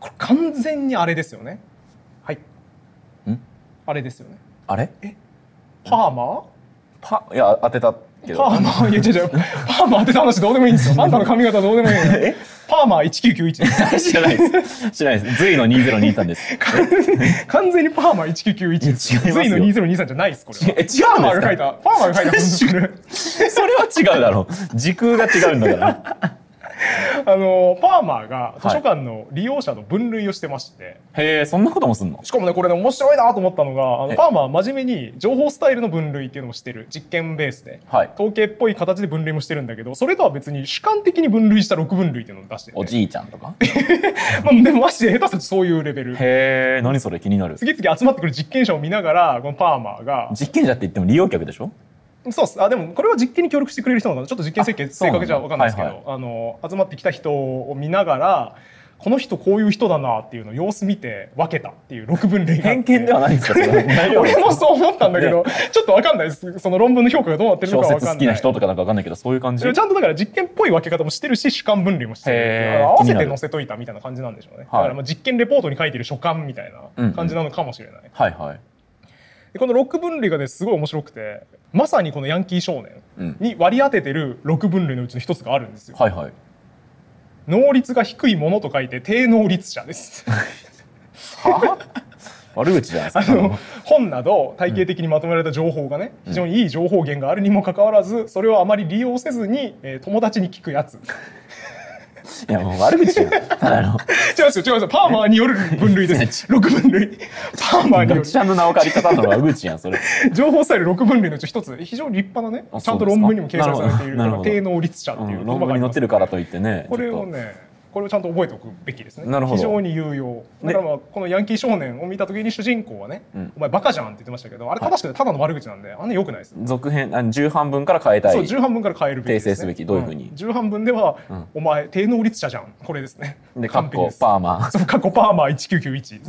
これ完全にあれですよね。はい。
ん
あれですよね。
あれ
パーマー
パいや当てたけど
パーマーいや違う違うパーマー当てた話どうでもいいんです よ。あんたの髪型どうでもいいのよパーマー1991です。
知らないです。 知らないです。ズイの2023です。
完全にパーマー1991です。
いや違いますよ
ズイの2023じゃないですこれは。
え違うんですか
パーマーが書いた。パーマーが書いた文 章で。
それは違うだろう。時空が違うんだから。
あのパーマーが図書館の利用者の分類をしてまして。
へえ、そんなこともすんの
しかもねこれね面白いなと思ったのがあの
え
パーマは真面目に情報スタイルの分類っていうのもしてる実験ベースで
はい。
統計っぽい形で分類もしてるんだけどそれとは別に主観的に分類した6分類っていうのを出してて
おじいちゃんとか。
まあでもまして下手するとそういうレベル
へえ、何それ気になる。
次々集まってくる実験者を見ながらこのパーマーが
実験者って言っても利用客でしょ
そうっすあでもこれは実験に協力してくれる人なのかなちょっと実験設計
あそ
正
うなんだ
確じゃ分かんないですけど、
はい
あの集まってきた人を見ながらこの人こういう人だなっていうのを様子見て分けたっていう6分類があって
偏見ではないんですかそれ大丈夫で
俺
す
もそう思ったんだけど、ちょっとわかんないです。その論文の評価がどうなってるの
小
かわかん
説
ない。
好きな人とかなんかわかんないけど、そういう感じ
ちゃんとだから実験っぽい分け方もしてるし主観分類もしてるっていう
へー
合わせ
気にな
て
る
載せといたみたいな感じなんでしょうね、
はい
だからまあ実験レポートに書いてる書簡みたいな感じなのかもしれない、
はいはい。
でこの6分類がねすごい面白くてまさにこのヤンキー少年
うん。
に割り当ててる6分類のうちの一つがあるんですよ、
はいはい。
能率が低いものと書いて低能率者です
悪口じゃない
あ
ですか。
の本など体系的にまとめられた情報がね、非常にいい情報源があるにもかかわらずそれをあまり利用せずに、えー友達に聞くやつ 違
いや、もう悪口 じゃん。ただの。
いますよ違いますよパーマーによる分類です6分類パーマーによる
学者の名を借り方の悪口やん、それ。
情報スタイル6分類のうち一つ非常に立派なね
あ
ちゃんと
そうですか
論文にも掲載されている
なるほど
低能率者って
う
いうん言
論
葉があ
文
り
に載
ま
っ
す
てるからといってね。
これ
ちょ
を
っと
ねこれをちゃんと覚えておくべきですね
なるほど
非常に有用だからまあこのヤンキー少年を見た時に主人公はね、
うん
お前バカじゃんって言ってましたけどあれ正しくてただの悪口なんであんな良くないです
続編、あの重版分から変えたい。
そう重版分から変えるべきです、ね、
訂正すべきどういうふうに
ん重版分では、
うん
お前低能率者じゃんこれですね
で、カッ
璧
コ
で、す
パーマー。
そう過去パーマー1991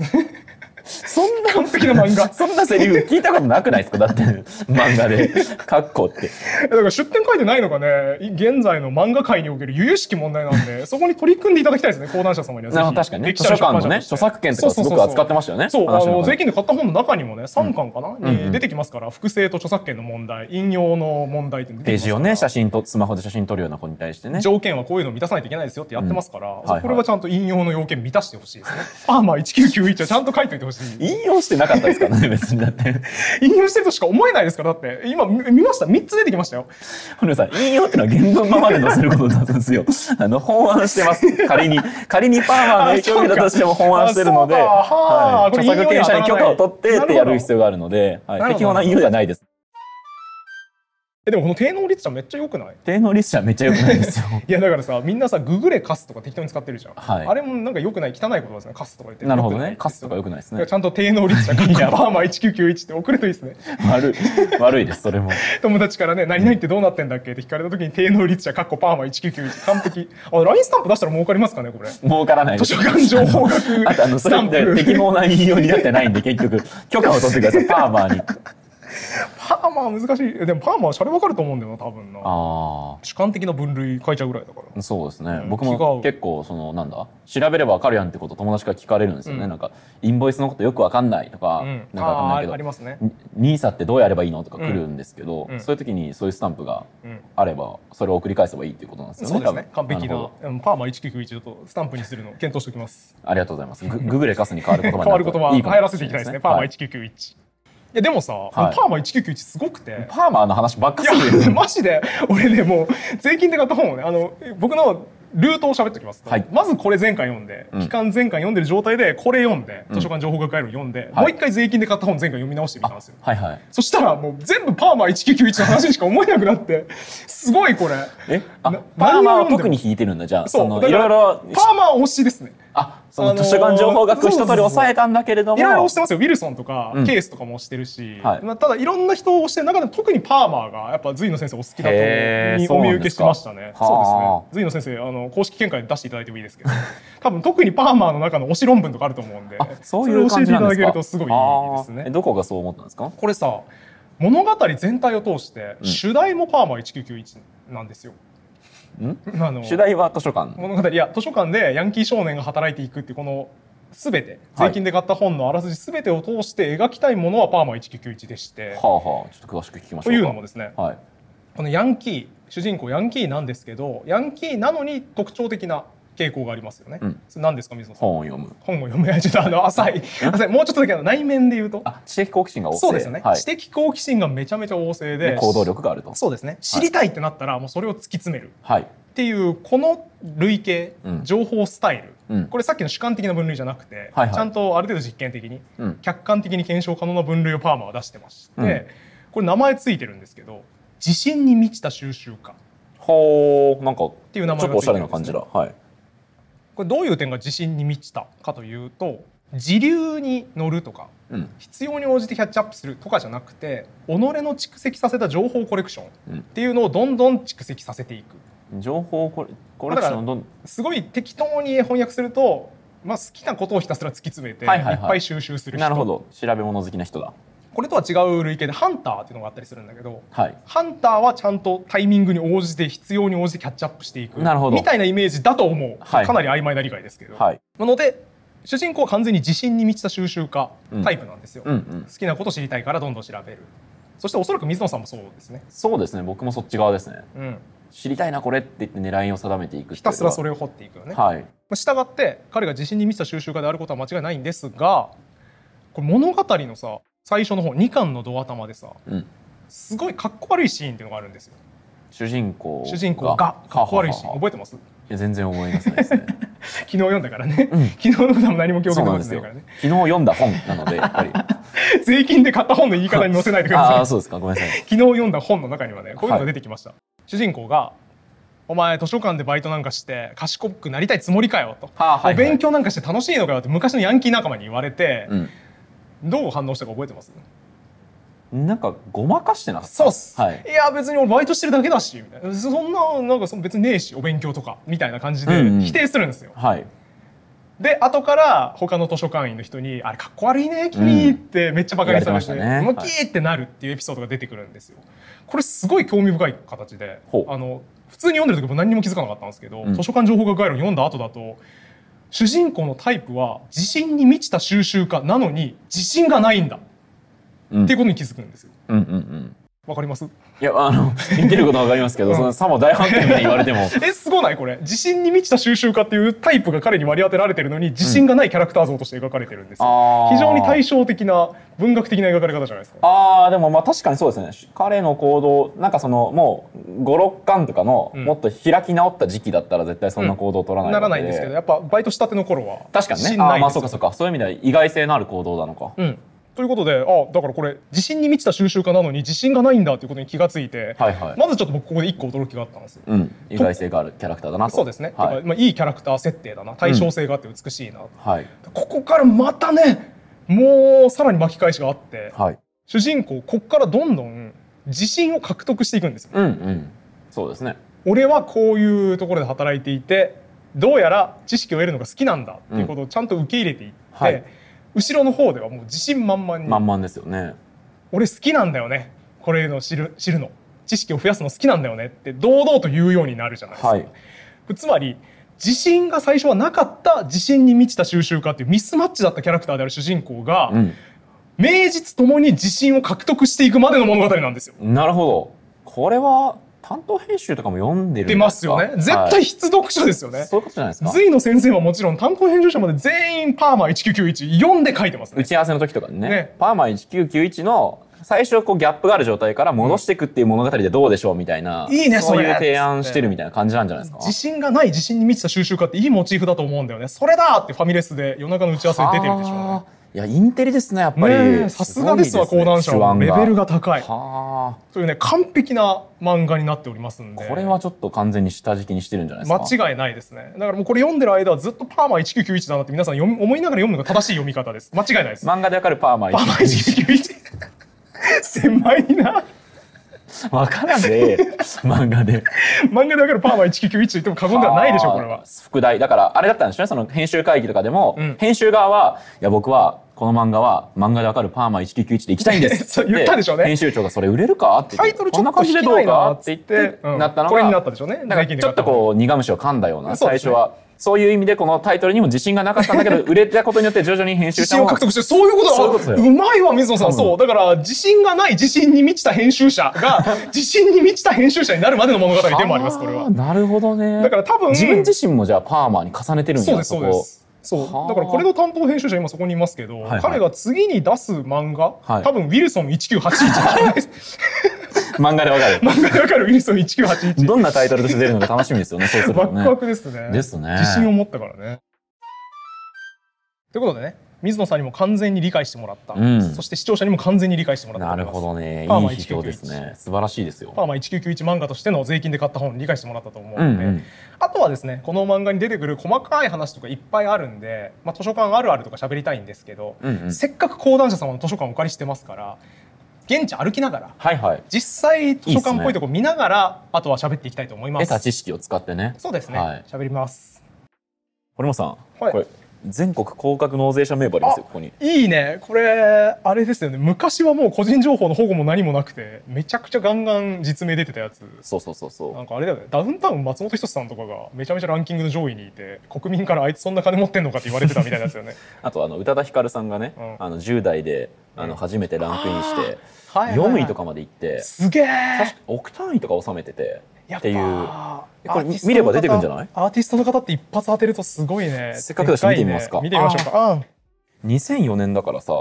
そんな
完璧な漫画
そんなセリフ聞いたことなくないですかだって漫画 で「かっこ」って
だから出典書いてないのがねい現在の漫画界における由々しき問題なんで そこに取り組んでいただきたいですね講談社様にはぜ
なるほ
ひ
ど確かにね
歴
図
史
書
ある
館のね
出版社として
著作権とかすご
そうそうそ
く
うそう
扱ってましたよね
そうあ
話の
の
中
税
で
金で買った本の中にもね3巻かな、
うんう
に
ん
出てきますから複製と著作権の問題引用の問題っていうの出てきま
ペー
す
ジ
か
を
ら
ね写真とスマホで写真撮るような子に対してね
条件はこういうのを満たさないといけないですよってやってますから、
はいはい
これはちゃんと引用の要件満たしてほしいですね。パーマ1991はちゃんと書いておいてほしい。
引用してなかったですからね別にだって
引用してるとしか思えないですから、だって。今、み見ました ?3 つ出てきましたよ。
古谷さん引用ってのは原文ままで載せることなんですよあの本案してます仮に仮にパーマーの影響を受けたとしても本案してるので
あそうかはあ
はい
これ
著
引用に
作権者に許可を取って
な
っ
るほ
て
ど
やる必要があるので
なる
はい
ほど
適法な引用ではないです
えでもこの低能率者めっちゃ良くない
低能率者めっちゃ良くない ですよ
いやだからさみんなさググれカスとか適当に使ってるじゃん、
はい
あれもなんか良くない汚いことですねカスとか言って
なるほど
良くな
ね
い
カスとか良くないですね
ちゃんと低能率者かっこバーマー1991って送るといいですね
悪い悪いですそれも
友達からね「何々ってどうなってんだっけ?」って聞かれた時に低能率者かっこパーマ1991完璧あ LINE スタンプ出したら儲かりますかねこれ
儲からないで
図
す
書館情報学ス
あとあのそ
タ
れ
ン
って適
プ
法な引用になってないんで結局許可を取ってくださいパーマ ーに
パーマー難しいでもパーマーシャレわかると思うんだよな多分な
あ
主観的な分類変えちゃうぐらいだから
あそうですね、
ん
僕
違
も
う
結構そのなんだ調べればわかるやんってこと友達から聞かれるんですよね、
うん
なんかインボイスのことよくわかんないとか、
うん
なんかわかんないけ
あーあり
ど
ますね、
ニーサってどうやればいいのとか来るんですけど、
うんうん
そういう時にそういうスタンプが
うん、
あればそれを送り返せばいいっていうことなんですよね
そうですね
多分
完璧
るほ
な
ど
うんパーマ1991とスタンプにするのを検討しておきます
ありがとうございますグググレカスに変わる言葉
変
にな
わ
る
る
と
言葉流
かもし
行
れ
らせていきたいですねパー
は
マ1991、い、やでもさ、
い
パーマ1991すごくて、
パーマーの話ばっか
い
すぎ
や、
る
マジで、俺ね、もう、税金で買った本をね、あの、僕のルートを喋っておきますと、
はい
まずこれ前回読んで、
うん
期間前回読んでる状態で、これ読んで、
ん
図書館情報学会論読んで、
はい
もう一回税金で買った本前回読み直してみたんですよ。
はいはい
そしたら、もう全部パーマ1991の話にしか思えなくなって、すごいこれ。
えあ
な
パ
何
ーマーは
を読んで
特
も
に引いてるんだじゃあ
そう
その
だ
い
から
ろいろ
パーマ推しですね。
あその図書館情報学一通り抑えたんだけれども
いろいろ推してますよ。ウィルソンとか、
うん
ケースとかも推してるし、
はい
まあ、ただいろんな人を推してる中でも特にパーマーがやっぱ隋野先生お好きだと
へー
にお見受けしましたね。そ
そう
う
なんです
です
かは
ね。隋野先生あの公式見解で出していただいてもいいですけ ど、多分特にパーマーの中の推し論文とかあると思うんで、
あそういう感じなんですか
それを教えていただけるとすごいいいです
あーえ
ね。
どこがそう思ったんですか
これさ、物語全体を通して
うん
主題もパーマー1991なんですよ。
ん
あの
主題は図書館
物語いや図書館でヤンキー少年が働いていくっていうこの全て
はい
税金で買った本のあらすじ全てを通して描きたいものはパーマ1991でして
は、あはあちょっと詳しく聞きましょうか
というのもですね
はい
このヤンキー主人公ヤンキーなんですけどヤンキーなのに特徴的な傾向がありますよね。
うん
それ何ですか水野さん
本を読む
本を読めないちょっとあの浅 い浅いもうちょっとだけあの内面で言うと
あ知的好奇心が旺盛
そうですよね、
はい
知的好奇心がめちゃめちゃ旺盛で
で行動力があると
そうですね知りたいってなったらもうそれを突き詰める
はい
っていうこの類型、
うん
情報スタイル
うん
これさっきの主観的な分類じゃなくて、
はいはい
ちゃんとある程度実験的に
うん
客観的に検証可能な分類をパーマは出してまして、
うん
これ名前ついてるんですけど自信に満ちた収集家
ほうなんかちょ
ていう名前がついてるんですね
っとおしゃれな感じだはい
これどういう点が自信に満ちたかというと時流に乗るとか
うん
必要に応じてキャッチアップするとかじゃなくて己の蓄積させた情報コレクションっ
うん
ていうのをどんどん蓄積させていく
情報コレコレクションどん
すごい適当に翻訳すると、まあ、好きなことをひたすら突き詰めてい
はいはいはい
っぱい収集する人、
なるほど調べ物好きな人だ
これとは違う類型でハンターっていうのがあったりするんだけど
はい
ハンターはちゃんとタイミングに応じて必要に応じてキャッチアップしていく
なるほど
みたいなイメージだと思う、
はい
かなり曖昧な理解ですけど、
はい
なので主人公は完全に自信に満ちた収集家
うん
タイプなんですよ、
うんうん
好きなこと知りたいからどんどん調べるそしておそらく水野さんもそうですね、
そうですね僕もそっち側ですね
うん、
知りたいなこれって言って狙いを定めていく
ひたすらそ
れ
れを掘っていくよね、
はい
したがって彼が自信に満ちた収集家であることは間違いないんですがこれ物語のさ最初の方2巻のドア玉でさ
うん
すごいかっこ悪いシーンっていうのがあるんですよ
主人公
主人公がかっこ悪いシーン
ははは
覚えてます
いや全然思い出せないです ね
昨日読んだからね、
うん
昨日のことも何も記憶
そう
に
な
残っ
んで
て
す
ない
よ
からね
昨日読んだ本なのでやっ ぱり
税金で買った本の言い方に載せないでくださ
あ
い
あそうですかごめんなさい
昨日読んだ本の中にはねこういうのが出てきました、主人公が「お前図書館でバイトなんかして賢くなりたいつもりかよ」と
はあはいはい
お勉強なんかして楽しいのかよ」って昔のヤンキー仲間に言われて、
う
どう反応したか覚えてます
んなんかごまかしてなかった
そうっす、
はいい、
や別に俺バイトしてるだけだしみたいなそんななんかその別にねえしお勉強とかみたいな感じで
うんうん
否定するんですよ、
はい
で後から他の図書館員の人に「あれかっこ悪いね君」
うん
ってめっちゃバカにされて
言われてましたね
ムキーってなるっていうエピソードが出てくるんですよこれすごい興味深い形で
ほう
あの普通に読んでる時も何にも気づかなかったんですけど、
うん
図書館情報学概論読んだ後だと主人公のタイプは自信に満ちた収集家なのに自信がないんだっ
うん
ていうことに気づくんですよ
うんうんうん
わかります
いやあの言ってることはわかりますけど、
うん
そのさも大反対みたいに言われ ても
えすごないこれ自信に満ちた収集家っていうタイプが彼に割り当てられてるのに自信がないキャラクター像として描かれてるんですよ、
あー
非常に対照的な文学的な描かれ方じゃないですか
あーでもまあ確かにそうですね彼の行動なんかそのもう56巻とかの、
うん
もっと開き直った時期だったら絶対そんな行動を取らない
なら
わ
ない
け
んですけど
で
やっぱバイトしたての頃は
確かにね
自信
あ
な
ー
いで
まあ
す
そうかそうかそういう意味では意外性のある行動なのか、
うんということであだからこれ自信に満ちた収集家なのに自信がないんだっていうことに気がついて、
はいはい
まずちょっと僕ここで一個驚きがあったんですよ。
うん、意外性があるキャラクターだなと
そうですね、
はい
いまあ、いいキャラクター設定だな対称性があって美しいな、
はい
ここからまたねもうさらに巻き返しがあって
はい
主人公こっからどんどん自信を獲得していくんですよ
うんうんそうですね
俺はこういうところで働いていてどうやら知識を得るのが好きなんだっていうことをちゃんと受け入れていって、
はい
後ろの方ではもう自信満々に、
満々ですよね
俺好きなんだよねこれの知る知るの知識を増やすの好きなんだよねって堂々と言うようになるじゃないですか、
はい
つまり自信が最初はなかった自信に満ちた収集家っていうミスマッチだったキャラクターである主人公が、
うん
名実ともに自信を獲得していくまでの物語なんですよ。
なるほどこれは担当編集とかも読んでるん
出ますよね。絶
はい
対必読書ですよね。
そういうことじゃないですか
隋の先生はもちろん担当編集者まで全員パーマ1991読んで書いてます
打
ね。
ち合わせの時とかにね
ね
パーマ1991の最初こうギャップがある状態から戻していくっていう物語でどうでしょうみたいな、
いいね
そ
そ
ういう
れ
提案してるみたいな感じなんじゃないですか
自信がない自信に満ちた収集家っていいモチーフだと思うんだよね。それだってファミレスで夜中の打ち合わせで出てるでしょうね
はあいやインテリですねやっぱり、
ねえ。さすがですわ、講談社は。レベルが高
高
い。
は
というね、完璧な漫画になっておりますん
あ
で。
これはちょっと完全に下敷きにしてるんじゃないですか
間違いないですね。だからもうこれ読んでる間はずっとパーマ1991だなって皆さん読み思いながら読むのが正しい読み方です。間違いないです。
漫画でわかるパーマ
パーマ1991。狭 いな。
わからんで漫画で
漫画で分かるパーマ1991と言っても過言ではないでしょう、これは
あ。ー副題だからあれだったんでしょうねその編集会議とかでも、
うん
編集側はいや僕はこの漫画は漫画でわかるパーマ1991で行きたいんです
そう言ったでしょうね
編集長がそれ売れるかって言
タ
って
イトルちょっと
こんな感じ
引
で
き
ど
な
う
いな
か
っ
ってて
言
言
っ
ってて、なったのが、
これになったでしょうね。
なんかちょっとこう苦虫を噛んだような
そうで
最
す
初
ね
はそういう意味でこのタイトルにも自信がなかったんだけど売れたことによって徐々に編集
自
者
信
も
を獲得してそういうことだ
そういうことだよ
うまいわ水野さん
うん
そうだから自信がない自信に満ちた編集者 が自信に満ちた編集者になるまでの物語でもありますこれ
あ
は
ーなるほどね
だから多分
自分自身もじゃあパーマに重ねてるんだ
そうですそうで
こ
すそう
はあ
だからこれの担当編集者今そこにいますけど、
はいはい
彼が次に出す漫画、
はい
多分ウィルソン1981
漫画でわかる
漫画でわかるウィルソン1981
どんなタイトルとして出るのか楽しみですよねそうすると
ワク
ね
ワクですね
ですね
自信を持ったからねということでね水野さんにも完全に理解してもらった、
うん
そして視聴者にも完全に理解してもらったと思
な
い
る
ます
ほどね。いい
パーマ
批評ですね
1991。
素晴らしいですよ。
まあまあ1991漫画としての税金で買った本を理解してもらったと思う
う
ので、
ん
あとはですねこの漫画に出てくる細かい話とかいっぱいあるんで、まあ、図書館あるあるとか喋りたいんですけど、
うん。うんうん。
せっかく講談社様の図書館をお借りしてますから現地歩きながら
はいはい。
実際図書館っぽいとこ見ながらあとは喋っていきたいと思いま
得た
す
知識を使ってね。
そうですね
はい
喋、ります
堀本さん、
はい
これ全国降格納税者名簿ありますよここに。
いいねこれあれですよね昔はもう個人情報の保護も何もなくてめちゃくちゃガンガン実名出てたやつ
そうそうそうそ
な
う。
んかあれだよねダウンタウン松本人志さんとかがめちゃめちゃランキングの上位にいて国民からあいつそんな金持ってんのかって言われてたみたいなやつよね
あとあの宇多田ヒカルさんがね
うん、
あの10代であの初めてランクインして
は
4位とかまで行って、
すげえ
確か億単位とか収めてて。
やっぱ
っていう
ア
これ
ーティストの方
見れば出てくるんじゃない
アーティストの方って一発当てるとすごいね
せっかくだし見てみますか
でいね見てみましょうかうん
2004年だからさ、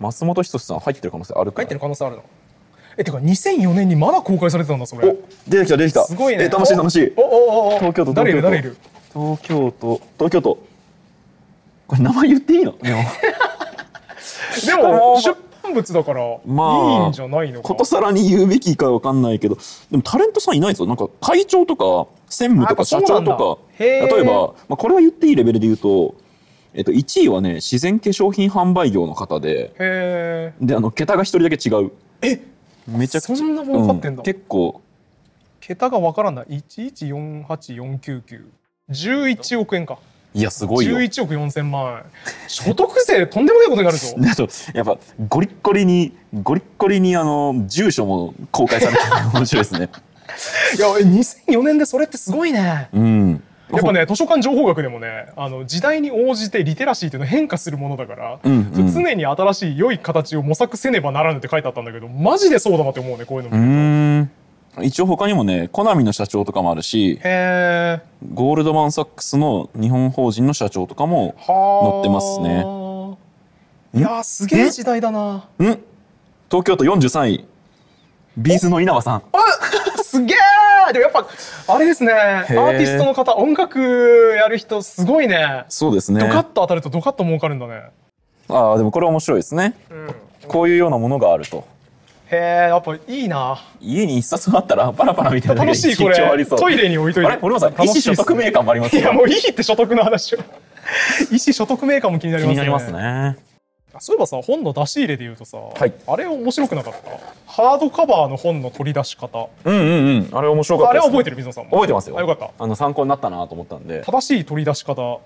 松本人志さん入ってる可能性あるか
入
ら。
ってる可能性あるのえてか2004年にまだ公開されてたんだそれ
お出てきた出てきた。
すごいね
え楽しい楽しい。
おおおお
東京都
誰いる
東京都
誰いる
東京都東京都。これ名前言っていいの？
でも出版物だからい
まあ
いんじゃないのか
ことさらに言うべきかわかんないけどでもタレントさんいないぞなんか会長とか専務とか
あそ
社
うな
長
んだ
とか
へー
例えば、まあ、これは言っていいレベルで言うと、えっと、1位はね自然化粧品販売業の方で
へえ
であの桁が1人だけ違う
え
めちゃくちゃ
そんな儲かってんだ
う結構
桁がわからない1148499 11億円か
いやすごいよ
11億4000万円所得税とんでもないことになるぞ
で あとやっぱゴリッゴリにゴリッゴリにあの住所も公開されてて面白いですね
いや2004年でそれってすごいね
うん
やっぱね図書館情報学でもねあの時代に応じてリテラシーっていうのは変化するものだから、
うんうん
常に新しい良い形を模索せねばならぬって書いてあったんだけどマジでそうだなって思うねこういうの
う
も、
ーん一応他にもねコナミの社長とかもあるし
へえ
ゴールドマン・サックスの日本法人の社長とかも、
は
載ってます
ねいやーすげえ時代だなん
東京都43位、ビーズの稲葉さん。
あすげえでもやっぱあれですねアー
へー
ティストの方音楽やる人すごいね
そうですね
ド。カッと当たるとドカッと儲かるんだね
ああでもこれ面白いですね
うん、
こういうようなものがあると
へえやっぱいいな
家に一冊あったらパラパラみたいな
楽しいこれ
ありそう
トイレに置いといて
あれ森本さん
楽しいっす
意思所得名感もあります
い
よ
やもういいって所得の話を医師所得メーカーも気になり
気
ますね
になりますね
そういえばさ本の出し入れで言うとさ、
い
あれ面白くなかったハードカバーの本の取り出し方
うんうんうんあれ面白かっ
あ
た
れ
です
は覚え
て
てる水野さんも
覚えてますよ
あよかった
あの参考になったなと思ったんで
正しい取り出し方ど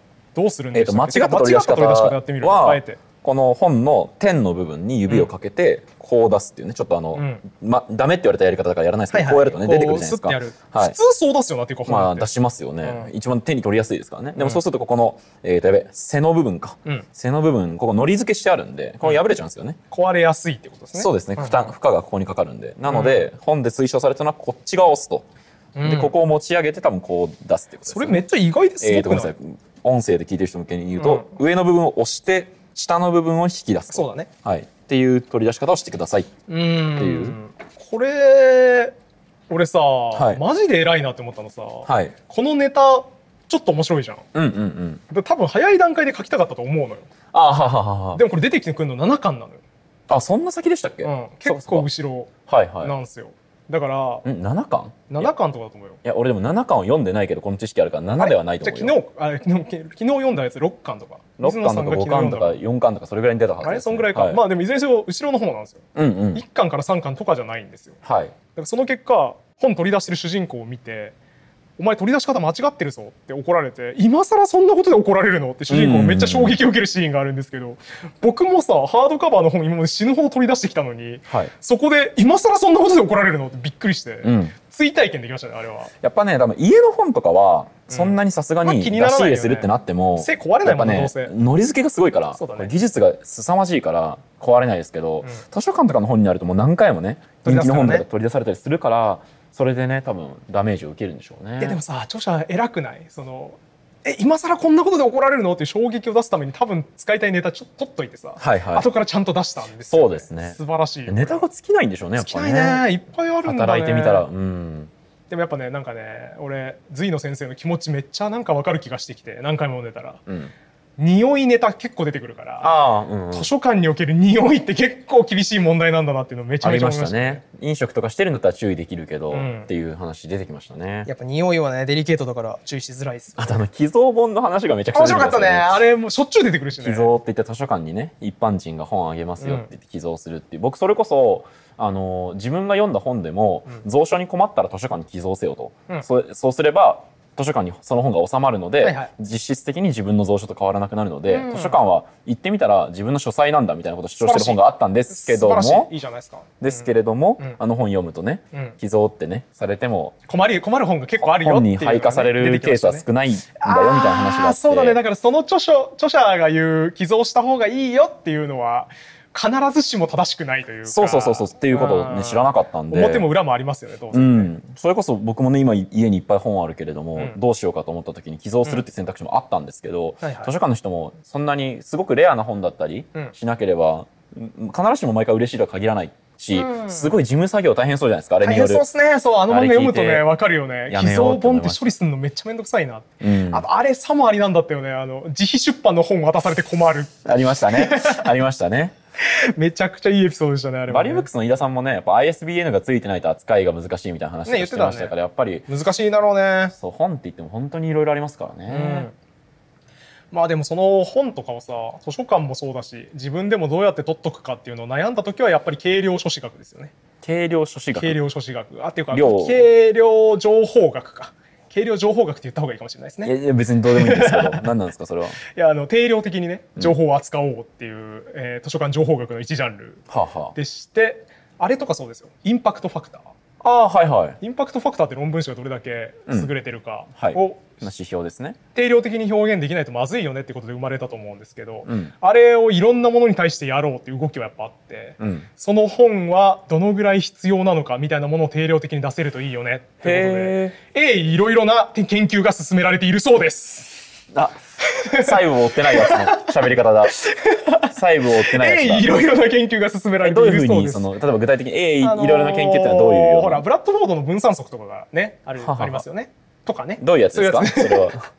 うするん
え
で
ー、
した
と
っけ
間違った取り出し方
間違った取り出やってみるあえ
は
て
この本の点の部分に指をかけてこう出すっていうねちょっとあの、
うん
ま、ダメって言われたやり方だからやらないですけど、こうやるとね出てくるじゃないです
こうスッ
か
てやる。
はい
普通そう出すよなっていうか
まあ
本って
出しますよね、
う
一番手に取りやすいですからねで
うん
もそうするとここの、えー、とやべ背の部分か、
うん
背の部分ここのり付けしてあるんでこれ破れちゃうんですよね、
壊れやすいってことですね
そうですね
ん
負担負荷がここにかかるんでなので、本で推奨されたのはこっち側を押すと、
うん
でここを持ち上げて多分こう出すってことです
そ
よね
れめっちゃ意外です
えー、
ご
と
く
ご
な
め
い
んなさい音声で聞いてる人向けに言うと、上の部分を押して下の部分を引き出すと
そうだね
はい、っていう取り出し方をしてくださいって
う
い
んこれ俺さ、
い
マジで偉いなって思ったのさ、
はい
このネタちょっと面白いじゃん
うんうんうん
で多分早い段階で書きたかったと思うのよ
あはははは
でもこれ出てきてくるの7巻なのよ、
あそんな先でしたっけ、
うん、
そうか
結
そう
構
か
後ろ
はいはい
なんですよだから
うん7巻いや
7巻とかだと思うよ
いや俺でも7巻を読んでないけどこの知識あるから
あ
7
れ
ではないと思う
じゃあ昨日あ昨日昨日読んだやつ6巻とか
6巻
水
とか5巻とか
野さんが昨日読んだ
4巻とかそれぐらいに出たはず
あれそんぐらいか、
はい、
まあでもいずれにせよ後ろの方なんですよ
うんうん
1巻から3巻とかじゃないんですよだ
はい
からその結果本取り出してる主人公を見てお前取り出し方間違ってるぞって怒られて今更そんなことで怒られるのって主人公めっちゃ衝撃を受けるシーンがあるんですけど僕もさハードカバーの本今まで死ぬほど取り出してきたのに
はい
そこで今更そんなことで怒られるのってびっくりして、
うん
追体験できましたねあれは
やっぱね多分家の本とかはそんなにさすが
まあ
に出
気
し
にならないよね
入れするってなっても、
背壊れな
や
い
っ
も
ぱ
んねど
ね
うせ
ノリ付けがすごいから、
そうだね
これ技術が凄まじいから壊れないですけど、
ん
図書館とかの本になるともう何回もね
取り出
人気
す
の
からね
本とか取り出されたりするからそれでね多分ダメージを受けるんでしょうね。
いやでもさ著者偉くないそのえ今更こんなことで怒られるのっていう衝撃を出すために多分使いたいネタちょっと取っといてさ、
はいはい
後からちゃんと出したんです
そうですね
素晴らしいよ
ネタが尽きないんでしょうねやっ
好き
ぱ
な
ね
いねいっぱいあるんだ、ね、
働いてみたらうん
でもやっぱねなんかね俺隋の先生の気持ちめっちゃなんかわかる気がしてきて何回も読んでたら
うん
匂いネタ結構出てくるから
ああうん、うん
図書館における匂いって結構厳しい問題なんだなっていうのめちゃ
あ
め
り
ちゃ思
ま
い
し
ま
た
した
ね飲食とかしてるんだったら注意できるけど、
うん
っていう話出てきましたね
やっぱ匂いはねデリケートだから注意しづらいです
あとあの寄贈本の話がめちゃくちゃ
面
出
白か
てきま
っ
した
た
よ
ねあれもしょっちゅう出てくるしね
寄贈って言って図書館にね一般人が本あげますよって言って寄贈するっていう、僕それこそあの自分が読んだ本でも、
うん
蔵書に困ったら図書館に寄贈せよと、
うん
そそうすれば図書館にその本が収まるので、
はいはい
実質的に自分の蔵書と変わらなくなるので、
うん
図書館は行ってみたら自分の書斎なんだみたいなことを主張してる本があったんですけど
素晴らし
も
いいいじゃないですか
ですけれども、
うん
あの本読むとね、
うん
寄贈ってねされても
困り困る本が結構あるよっ
本
ていう
に
のがね
配下され
出て
る
きま
ケー
し
ス
た
は
ね
少ないんだよみたいな話があ
あ
っ
ー
て
そうだねだからその著書著者が言う寄贈した方がいいよっていうのは必ずしも正しくないというか
そうそうそうそうっていうことをね知らなかったんで
表も裏もありますよね当
う
然、
ん、それこそ僕もね今家にいっぱい本あるけれども、
うん
どうしようかと思った時に寄贈するって選択肢もあったんですけど、
はいはい
図書館の人もそんなにすごくレアな本だったり
うん
しなければ、うん必ずしも毎回嬉しいとは限らないし、
うん
すごい事務作業大変そうじゃないですかあれ
大
によ
変
る
そうで。すねそうあの漫画読むと
あれ聞い
ね
て
わかるよね寄
やめよう
贈
って思
本
い
って
ました
処理するのめっちゃめんどくさいな、
うん
あとあれさもありなんだったよねあの自費出版の本渡されて困る
ありまし たね。ありましたね。
めちゃくちゃいいエピソードでしたねあれは
バ
ね
リューブックスの飯田さんもね、やっぱ ISBN がついてないと扱いが難しいみたいな話とか
ね言っ
してて
たね
ましたから、やっぱり、
難しいだろうね
そう、本って言っても本当にいろいろありますからね。
まあでもその本とかをさ図書館もそうだし自分でもどうやって取っとくかっていうのを悩んだ時はやっぱり軽量書士学ですよね
軽量書士学。
軽量書士学あっていうか
量
軽量情報学か軽量情報学って言った方がいいかもしれないです
いや
ね
いや別にどうでもいいんです けど、何なんですか、それは。はい
やあの定量的にね情報を扱おうっていう、えー図書館情報学の一ジャンル
あ、は
でしてあれとかそうですよインパクトファクター
あ、ああ、はいはい。
インパクトファクターって論文集がどれだけ優れてるか
はい。
を
の指標ですね。
定量的に表現できないとまずいよねってことで生まれたと思うんですけど、
うん
あれをいろんなものに対してやろうっていう動きはやっぱあって、
うん。
その本はどのぐらい必要なのかみたいなものを定量的に出せるといいよねっていうことで、えいろいろな研究が進められているそうです。
あ、細部を追ってないやつの喋り 方だ。細部を追ってない
え
や
い
つだ。
ろいろな研究が進められて
どう
い
いう
る
ふう
そうで
に
す
そ。の例えば具体的に A い
あのー
ろいろな研究ってのはどういうよ
ほ
う
ら
な
ブラッドフォードの分散則とかがねある
ははは
ありますよねとかね
どういうやつですか
そういうやつ
それは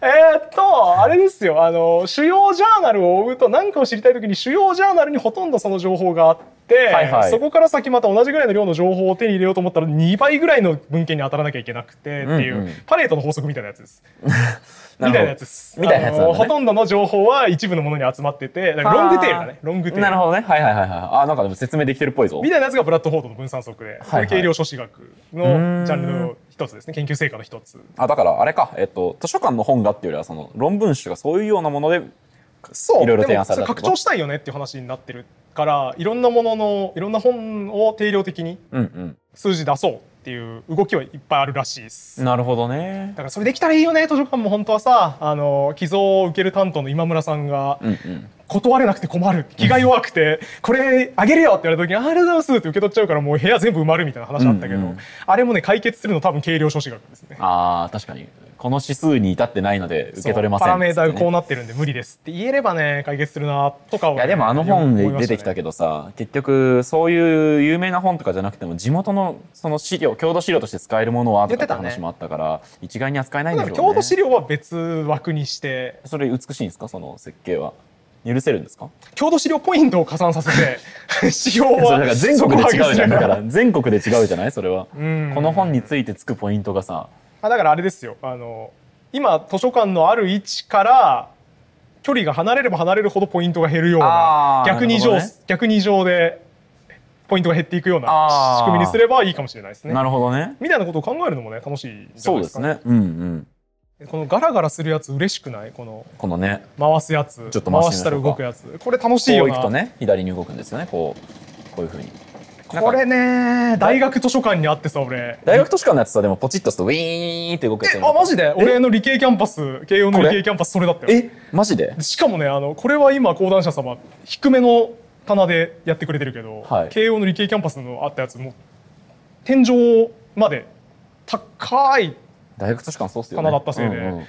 えーっと、あれですよ。あの、主要ジャーナルを追うと何かを知りたいときに主要ジャーナルにほとんどその情報があって、
はいはい
そこから先また同じぐらいの量の情報を手に入れようと思ったら2倍ぐらいの文献に当たらなきゃいけなくてっていう、
うんうん
パレートの法則みたいなやつです。 みたいなやつです。
みたいなやつなんだ
あ
ね
のほとんどの情報は一部のものに集まってて、だからロングテールだね。ロングテール。
なるほどね。はいはいはいはい。あ、なんかでも説明できてるっぽいぞ
み。たいなやつがブラッドフォードの分散則で、こ
はいは
れ
い
軽量書士学のジャンルの一つですね。研究成果の一つ。
あ、だからあれか。えっと、図書館の本がっていうよりは、その論文集がそういうようなもので、
そう
いろいろ提案された
でもそ拡張したいよねっていう話になってるからいろんなもののいろんな本を定量的に
うんうん。
数字出そうっていう動きはいっぱいあるらしいです。
なるほどね
だ。からそれできたらいいよね図書館も本当はさあの寄贈を受ける担当の今村さんが
うんうん。
断れなくて困る気が弱くてこれあげるよって言われた時にあありがとうございますって受け取っちゃうからもう部屋全部埋まるみたいな話あったけど、
うんうん
あれもね解決するの多分軽量書士学ですね。
ああ、確かに。この指数に至ってないので受け取れません。
そうパラメータがこう
な
なってるんで無理ですって言えればね解決するなとかを、
いやでもあの本で出てきた
け
けどさ、結局そういう有名な本とかじゃなくても地元のその資料郷土資料として使えるものはとか
言
って
ってたね
話もあったから一概に扱えないんで
だ
し
か
ょ
ら
うね。
郷土資料は別枠にして
それ美しいんですかその設計は許せるんですか
郷土資料ポイントを加算させ て資料
それ
は
だから全国で違うじゃ
底上げ
んだ
する
から全国で違うじゃないそれはこ
ん
の本についてつくポイントがさ
あだからあれですよあの今図書館のある位置から距離が離れれば離れるほどポイントが減るような
あー
逆に
な
上、
るほどね
逆に上でポイントが減っていくような
あ
仕
ー
組みにすればいいかもしれないですね
なるほどね
みたいなことを考えるのもね楽しいんじゃな
そ
いうで
ですす
かね
ねうんうん
このガラガラするやつ嬉しくないこの
このね
回すやつ
ちょっと回してみましょうか
回したら動くやつこれ楽しい
こ
よ
うい
な
くとね左に動くんですよねこうこういうふうになんか
これね大学図書館にあってさ俺
大学図書館のやつさでもポチッとするとウィーンって動くやつ
えあマジで俺の理系キャンパス慶応の理
こ
系
れ
キャンパスそれだったよ
えマジで
しかもねあのこれは今講談社様低めの棚でやってくれてるけど、
はい
慶応の理系キャンパスのあったやつもう天井まで高い
大学図書館そうっすよね
棚だったせいで
うんうん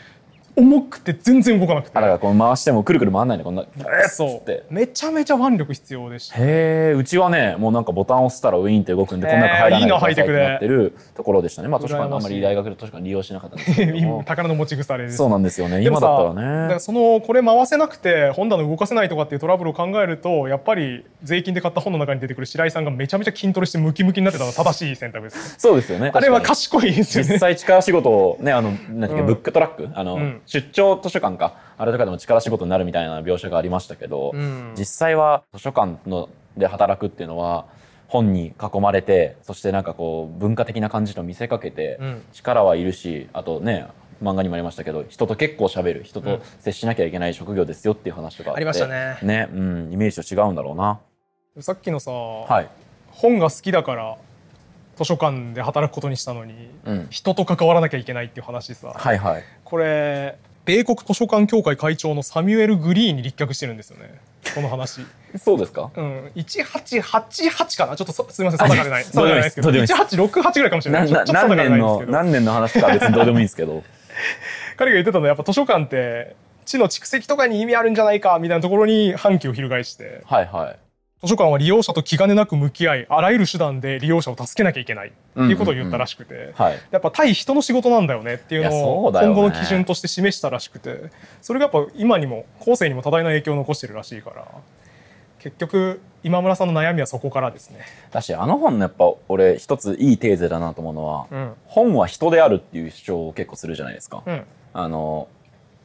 重くて全然動かなくて
あだからこう回してもくるくる回んないねこんな
そ
って
うめちゃめちゃ腕力必要でした
へえうちはねもうなんかボタンを押したらウィーンって動くんで、
へー
こんな中入らない
いい
で
な
くださいって
ハ
な
イ
っ
テ
てるところでしたねまあ図書
羨
館
ま
あ
し
ん
い
まり大学で図書館利用しなかったんですけども
宝の持ち腐れです
そうなんですよね
でも
今
さ
だった
だ
ら
か
ね
らそのこれ回せなくて本棚動かせないとかっていうトラブルを考えるとやっぱり税金で買った本の中に出てくる白井さんがめちゃめちゃ筋トレしてムキムキになってたのは正しい選択です。
そうですよね
あれは
確かに
賢いですよ
実
ね。
際力仕事をねあのなんだっけ、
うん
ブックトラックあの、
うん
出張図書館かあれとかでも力仕事になるみたいな描写がありましたけど、
うん
実際は図書館ので働くっていうのは本に囲まれてそしてなんかこう文化的な感じと見せかけて、
うん
力はいるしあとね漫画にもありましたけど人と結構喋る人
う
と
ん
接しなきゃいけない職業ですよっていう話とかあって
ありましたね
ね、うん、イメージと違うんだろうな
さっきのさ、
はい
本が好きだから図書館で働くことにしたのに、
うん
人と関わらなきゃいけないっていう話さ、
はいはい
これ米国図書館協会会長のサミュエル・グリーンに立脚してるんですよねこの話。
そうですか
うん、1888かなちょっとそすみません、定かでない。
あ
定かでないですけど、
どうでもいいです
1868ぐらいかもしれな
な
。
い
ちょ
な
っと定か
何
ではな
年
いんです
の
けど。
何年の話かは別にどうでもいいんですけど
彼が言ってたのは、やっぱ図書館って、地の蓄積とかに意味あるんじゃないか、みたいなところに反旗を翻して、
はいはい
図書館は利用者と気兼ねなく向き合い、あらゆる手段で利用者を助けなきゃいけない、っていうことを言ったらしくて。
はい
やっぱ対人の仕事なんだよねっていう
いや
の
そ
を
うだよね
今後の基準として示したらしくてそれがやっぱ今にも後世にも多大な影響を残してるらしいから結局今村さんの悩みはそこからですね。
だしあの本のやっぱ俺一ついいテーゼだなと思うのは、
うん
本は人であるっていう主張を結構するじゃないですか、
うん
あの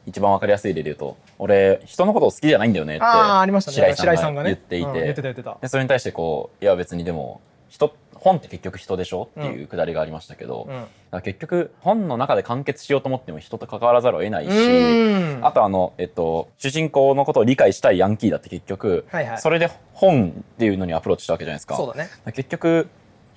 一番わかりやすい例で言うと俺人のことを好きじゃないんだよねって
ああーありましたね
白井さんが
ね
言っていて
うん言ってた言ってた
でそれに対してこういや別にでも人本って結局人でしょっていうくだりがありましたけど、
うん
だから結局本の中で完結しようと思っても人と関わらざるを得ないし、
うん
あとあの、えっと、主人公のことを理解したいヤンキーだって結局、
はいはい
それで本っていうのにアプローチしたわけじゃないですか。
そうだね
結局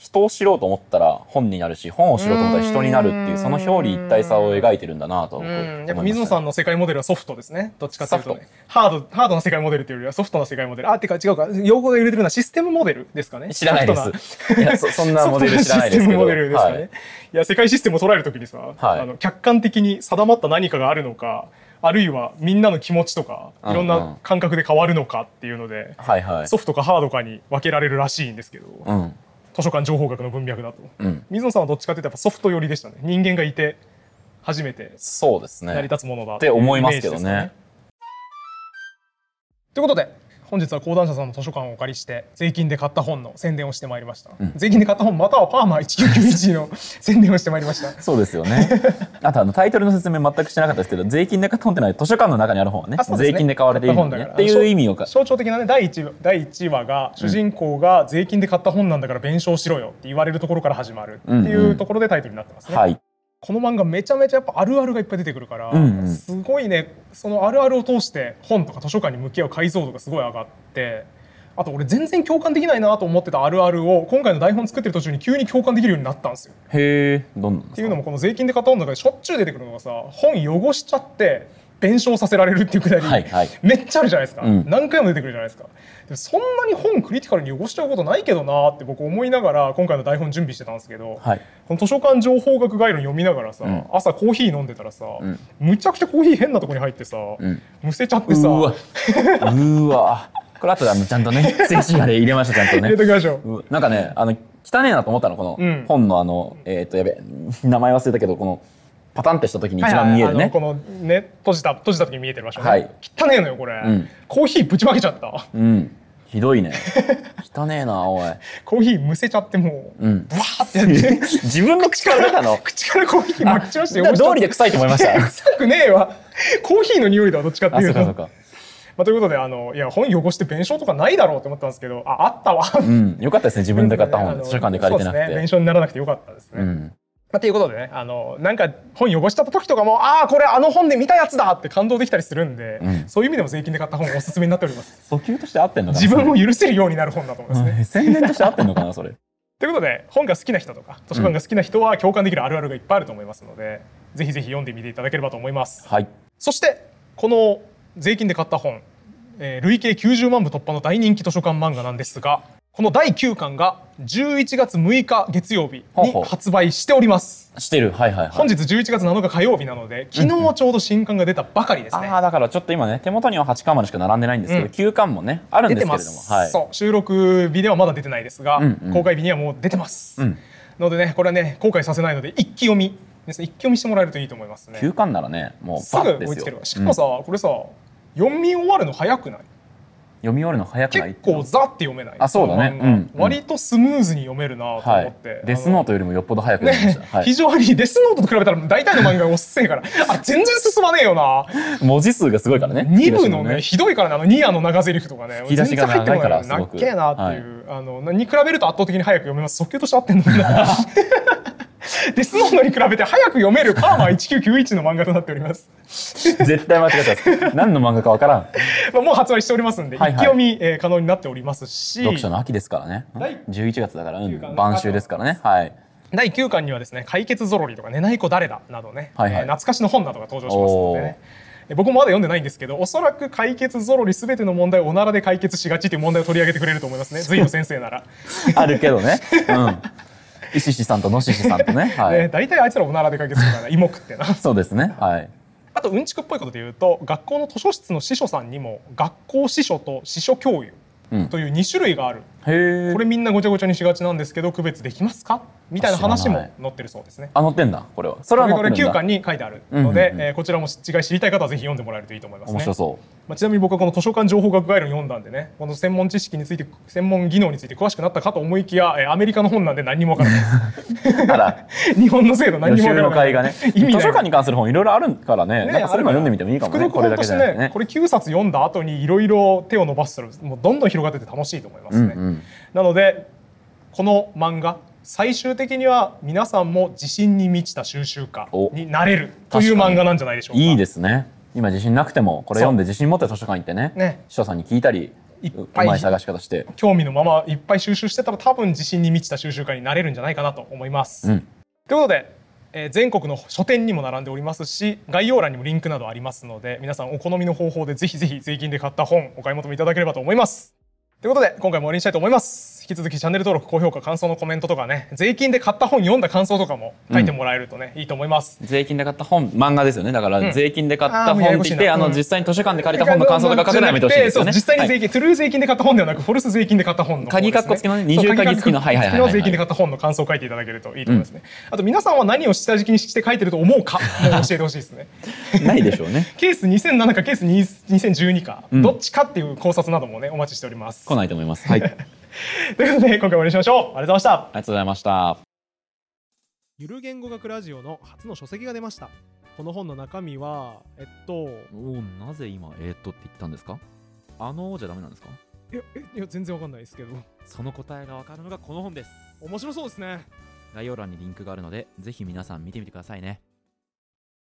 人を知ろうと思ったら本になるし本を知ろうと思ったら人になるっていううんその表裏一体さを描いてるんだなと
う
僕思いま
ん
し
や
た
っ
ね
ぱ水野さんの世界モデルはソフトですねどっちかというと、
ソ
ね、ハードハードな世界モデルというよりはソフトな世界モデルあってか違うか用語が揺れてるのはシステムモデルですかね
知らないで
ソフト
すい やそそんなモデル知らないです
ソフトなシス
け
テム
ど
モデルですかね、
はい
い、や世界システムを捉えるときにさ、
はい
あの客観的に定まった何かがあるのかあるいはみんなの気持ちとかいろん
うんうん
な感覚で変わるのかっていうので、
はいはい
ソフトかハードかに分けられるらしいんですけど、
うん
図書館情報学の文脈だと、
うん
水野さんはどっちかというとやっぱソフト寄りでしたね人間がいて初めて
そうです
成り
ね。
立つものだっ
って思いますけどね
イメージですか。ということで本日は講談社さんの図書館をお借りして税金で買った本の宣伝をしてまいりました、
うん
税金で買った本またはパーマ1991の宣伝をしてまいりました
そうです よね。あとあのタイトルの説明全くしてなかったですけど、税金で買った本ってのは図書館の中にある本はね、
あそうですね
税金で買われている本ね
買っ
ったて
本だから
いう意味をか。
象徴的なね第 1, 第1話が主人公が税金で買った本なんだから弁償しろよって言われるところから始まるってい
んう
うんところでタイトルになってますね、
はい。
この漫画めちゃめちゃやっぱあるあるがいっぱい出てくるから、
うんうん
すごいねそのあるあるを通して本とか図書館に向き合う解像度がすごい上がってあと俺全然共感できないなと思ってたあるあるを今回の台本作ってる途中に急に共感できるようになったんですよ。
へえ、どんな
っていうのもこの税金で買った本の中でしょっちゅう出てくるのがさ本汚しちゃって弁償させられるっていうくだり、
はいはい。
めっちゃあるじゃないですか、
うん
何回も出てくるじゃないですかでもそんなに本クリティカルに汚しちゃうことないけどなって僕思いながら今回の台本準備してたんですけど、
はい。
この図書館情報学概論読みながらさ、
うん
朝コーヒー飲んでたらさ、
うん
むちゃくちゃコーヒー変なとこに入ってさ、
うん。
むせちゃっ
う
てさ
ーわ。うーわ。これ後であのちゃん とね、静止画で入れました、ちゃんと
入
ね
れ。ときましょう
うなんかね、あの、汚ねえなと思ったの、こ
う
の
ん
本のあの、えっ、と、やべ、名前忘れたけど、この、パタンってした時に一
はい
番見え
はい
る
あの
ね。
このね閉じた閉じた時に見えてる場所ね、
はい
汚ねえのよこれ、
うん
コーヒーぶちまけちゃった
うん。ひどいね。 汚ねえな、おい。
コーヒーむせちゃってもう、
うん
ブワーってやって
自分の口から出たの
口からコーヒーまき散らして
だから道理で臭いと思いま した
臭くねえわコーヒーの匂いだわどっちかって
あ、
い
そうう
と
かそうか。
まあ、ということであのいや本汚して弁償とかないだろうと思ったんですけどああったわ
うん。よかったですね、自分で買った
あ
本、
の
図書館で借りてな
そうで
く
す
て。
ね弁償にならなくてよかったですね、
う
ま
ん。
あ、ということでねあのなんか本汚しちゃった時とかもああこれあの本で見たやつだって感動できたりするんで、
うん
そういう意味でも税金で買った本おすすめになっております
訴求として合ってんのかな
自分を許せるようになる本だと思いますね、
うん宣伝として合ってんのかな、それ。
ということで本が好きな人とか図書館が好きな人は共感できるあるあるがいっぱいあると思いますので、ぜひぜひ読んでみていただければと思います
はい。
そしてこの税金で買った本、えー累計90万部突破の大人気図書館漫画なんですがこの第9巻が11月6日月曜日
ほうほ
に
う
発売しております
してる。はいはいはい。
本日11月7日火曜日なので昨日ちょうど新刊が出たばかりですね、
ああだからちょっと今ね手元には8巻までしか並んでないんですけど、
うん
9巻もねある
出
んです
て
けれ
ま
ども
す、
はい
そう収録日ではまだ出てないですが、
うんうん
公開日にはもう出てます、
うん
のでねこれはね後悔させないので一気読みですね一気読みしてもらえるといいと思いますね
9巻ならねもう
す
バ
ぐ
ッで
追い
す
つ
よ
けるわしかもさ、
うん
これさ読み終わるの早くない
読み終わるの早くない
結構ザって読めない
あそうだね
この漫画
うん
割とスムーズに読めるなと
は
思っ
い
て、
デスノートよりもよっぽど早く
ね
読みました、は
非
い、
常にデスノートと比べたら大体の漫画がおっせえからあ全然進まねえよな
文字数がすごいからね
2部の
引き出しも
ねひどいからねあのニアの長ゼリフとかね
引き出しが長いから
全然入ってこない
すごく
なっけえなっていう、あのに比べると圧倒的に早く読めます速球として合ってんのに なデスノートに比べて早く読めるパーマ1991の漫画となっております
絶対間違えた やつ何の漫画かわからん
まあ、もう発売しておりますんで、
はいはい
一気読み、えー可能になっておりますし
読書の秋ですからね
第
11月だから、う
9巻
ん、晩秋ですからねはい
第9巻にはですね「解決ぞろり」とか「寝ない子誰だ」などね、
はいはい
えー懐かしの本などが登場しますので、ね、えー僕もまだ読んでないんですけどおそらく解決ぞろりすべての問題をおならで解決しがちという問題を取り上げてくれると思いますね随の先生なら、
あるけどねうん石シさんと野シシさんと ねは
ね
い
大体あいつらおならで解決するからな芋食ってな
そうですねはい
あとうんちくっぽいことで言うと学校の図書室の司書さんにも学校司書と司書教諭
うん
という2種類がある
へえ
これみんなごちゃごちゃにしがちなんですけど区別できますかみたいな話
知ら
も
ない
載ってるそうですね
あ載ってんだこれはそれ
こ
は
れ
載
これ
ってる
9
んだ
巻に書いてあるので、
うんうんうん
えーこちらも違い知りたい方はぜひ読んでもらえるといいと思います
面
ね
白。そう
まあ、ちなみに僕はこの図書館情報学概論読んだんでねこの専門知識について専門技能について詳しくなったかと思いきや、えーアメリカの本なんで何にも分からない
だから
です 日本の制 度何
予
にも
習
分
の
からない
会がね
意
図
味
書
ない
館に関する本いろいろあるからねなんかそれ今読んでみてもいいかもね
こ
こ
れ
れ
だ
だ
け
け
じ
じ
ゃ
ゃ
な
な
く
く
て
て
ね
ね
これ9冊読んだ後にいろいろ手を伸ばしたらもうどんどん広がってて楽しいと思います
うん
ね、
うん
なのでこの漫画最終的には皆さんも自信に満ちた収集家
お
になれるという
確かに
漫画なんじゃないでしょうか
いいですね今自信なくてもこれ読んで自信持って図書館行ってね
ね
師匠さんに聞いたり
いっ
うう
ぱい
まい探し方して
興味のままいっぱい収集してたら多分自信に満ちた収集家になれるんじゃないかなと思います。
うん
ということで、えー全国の書店にも並んでおりますし概要欄にもリンクなどありますので皆さんお好みの方法でぜひぜひ税金で買った本お買い求めいただければと思います。ということで今回も終わりにしたいと思います。き続きチャンネル登録、高評価、感想のコメントとかね、税金で買った本読んだ感想とかも書いてもらえるとね、いいと思います。
税金で買った本漫画ですよねだから
うん
税金で買っ
あー
た
もうやや
本っ
こ
て
しい
言
な
って、あ
う
の
ん
実際に図書館で借りた本の感想とか書かないめてほしいですよね
そう実際に税
はい
金、トゥルー税金で買った本ではなく、フォルス税金で買った本の方ですね。
鍵括弧付きのね
そう
20鍵付きのはいはいはいは
鍵括弧
い
付きの税金で買った本の感想を書いていただけるといいと思いますね。あと皆さんは何を下敷きにして書いてると思うかも教えてほしいですね。
ないでしょ うね
ケース2007かケース2012か、
うん
どっちかっていう考察などもねお待ちしております。
来
という
ないと思いますはいありが
ことで今回は終わりにしましょう。ありがとうございました。
とうございました
ゆる言語学ラジオの初の書籍が出ました。この本の中身は、えっと、
おなぜ今えー、っとって言ったんですかあのじゃダメなんですか
いや、えいや全然わかんないですけど、
その答えがわかるのがこの本です
面白そうですね。
概要欄にリンクがあるのでぜひ皆さん見てみてくださいね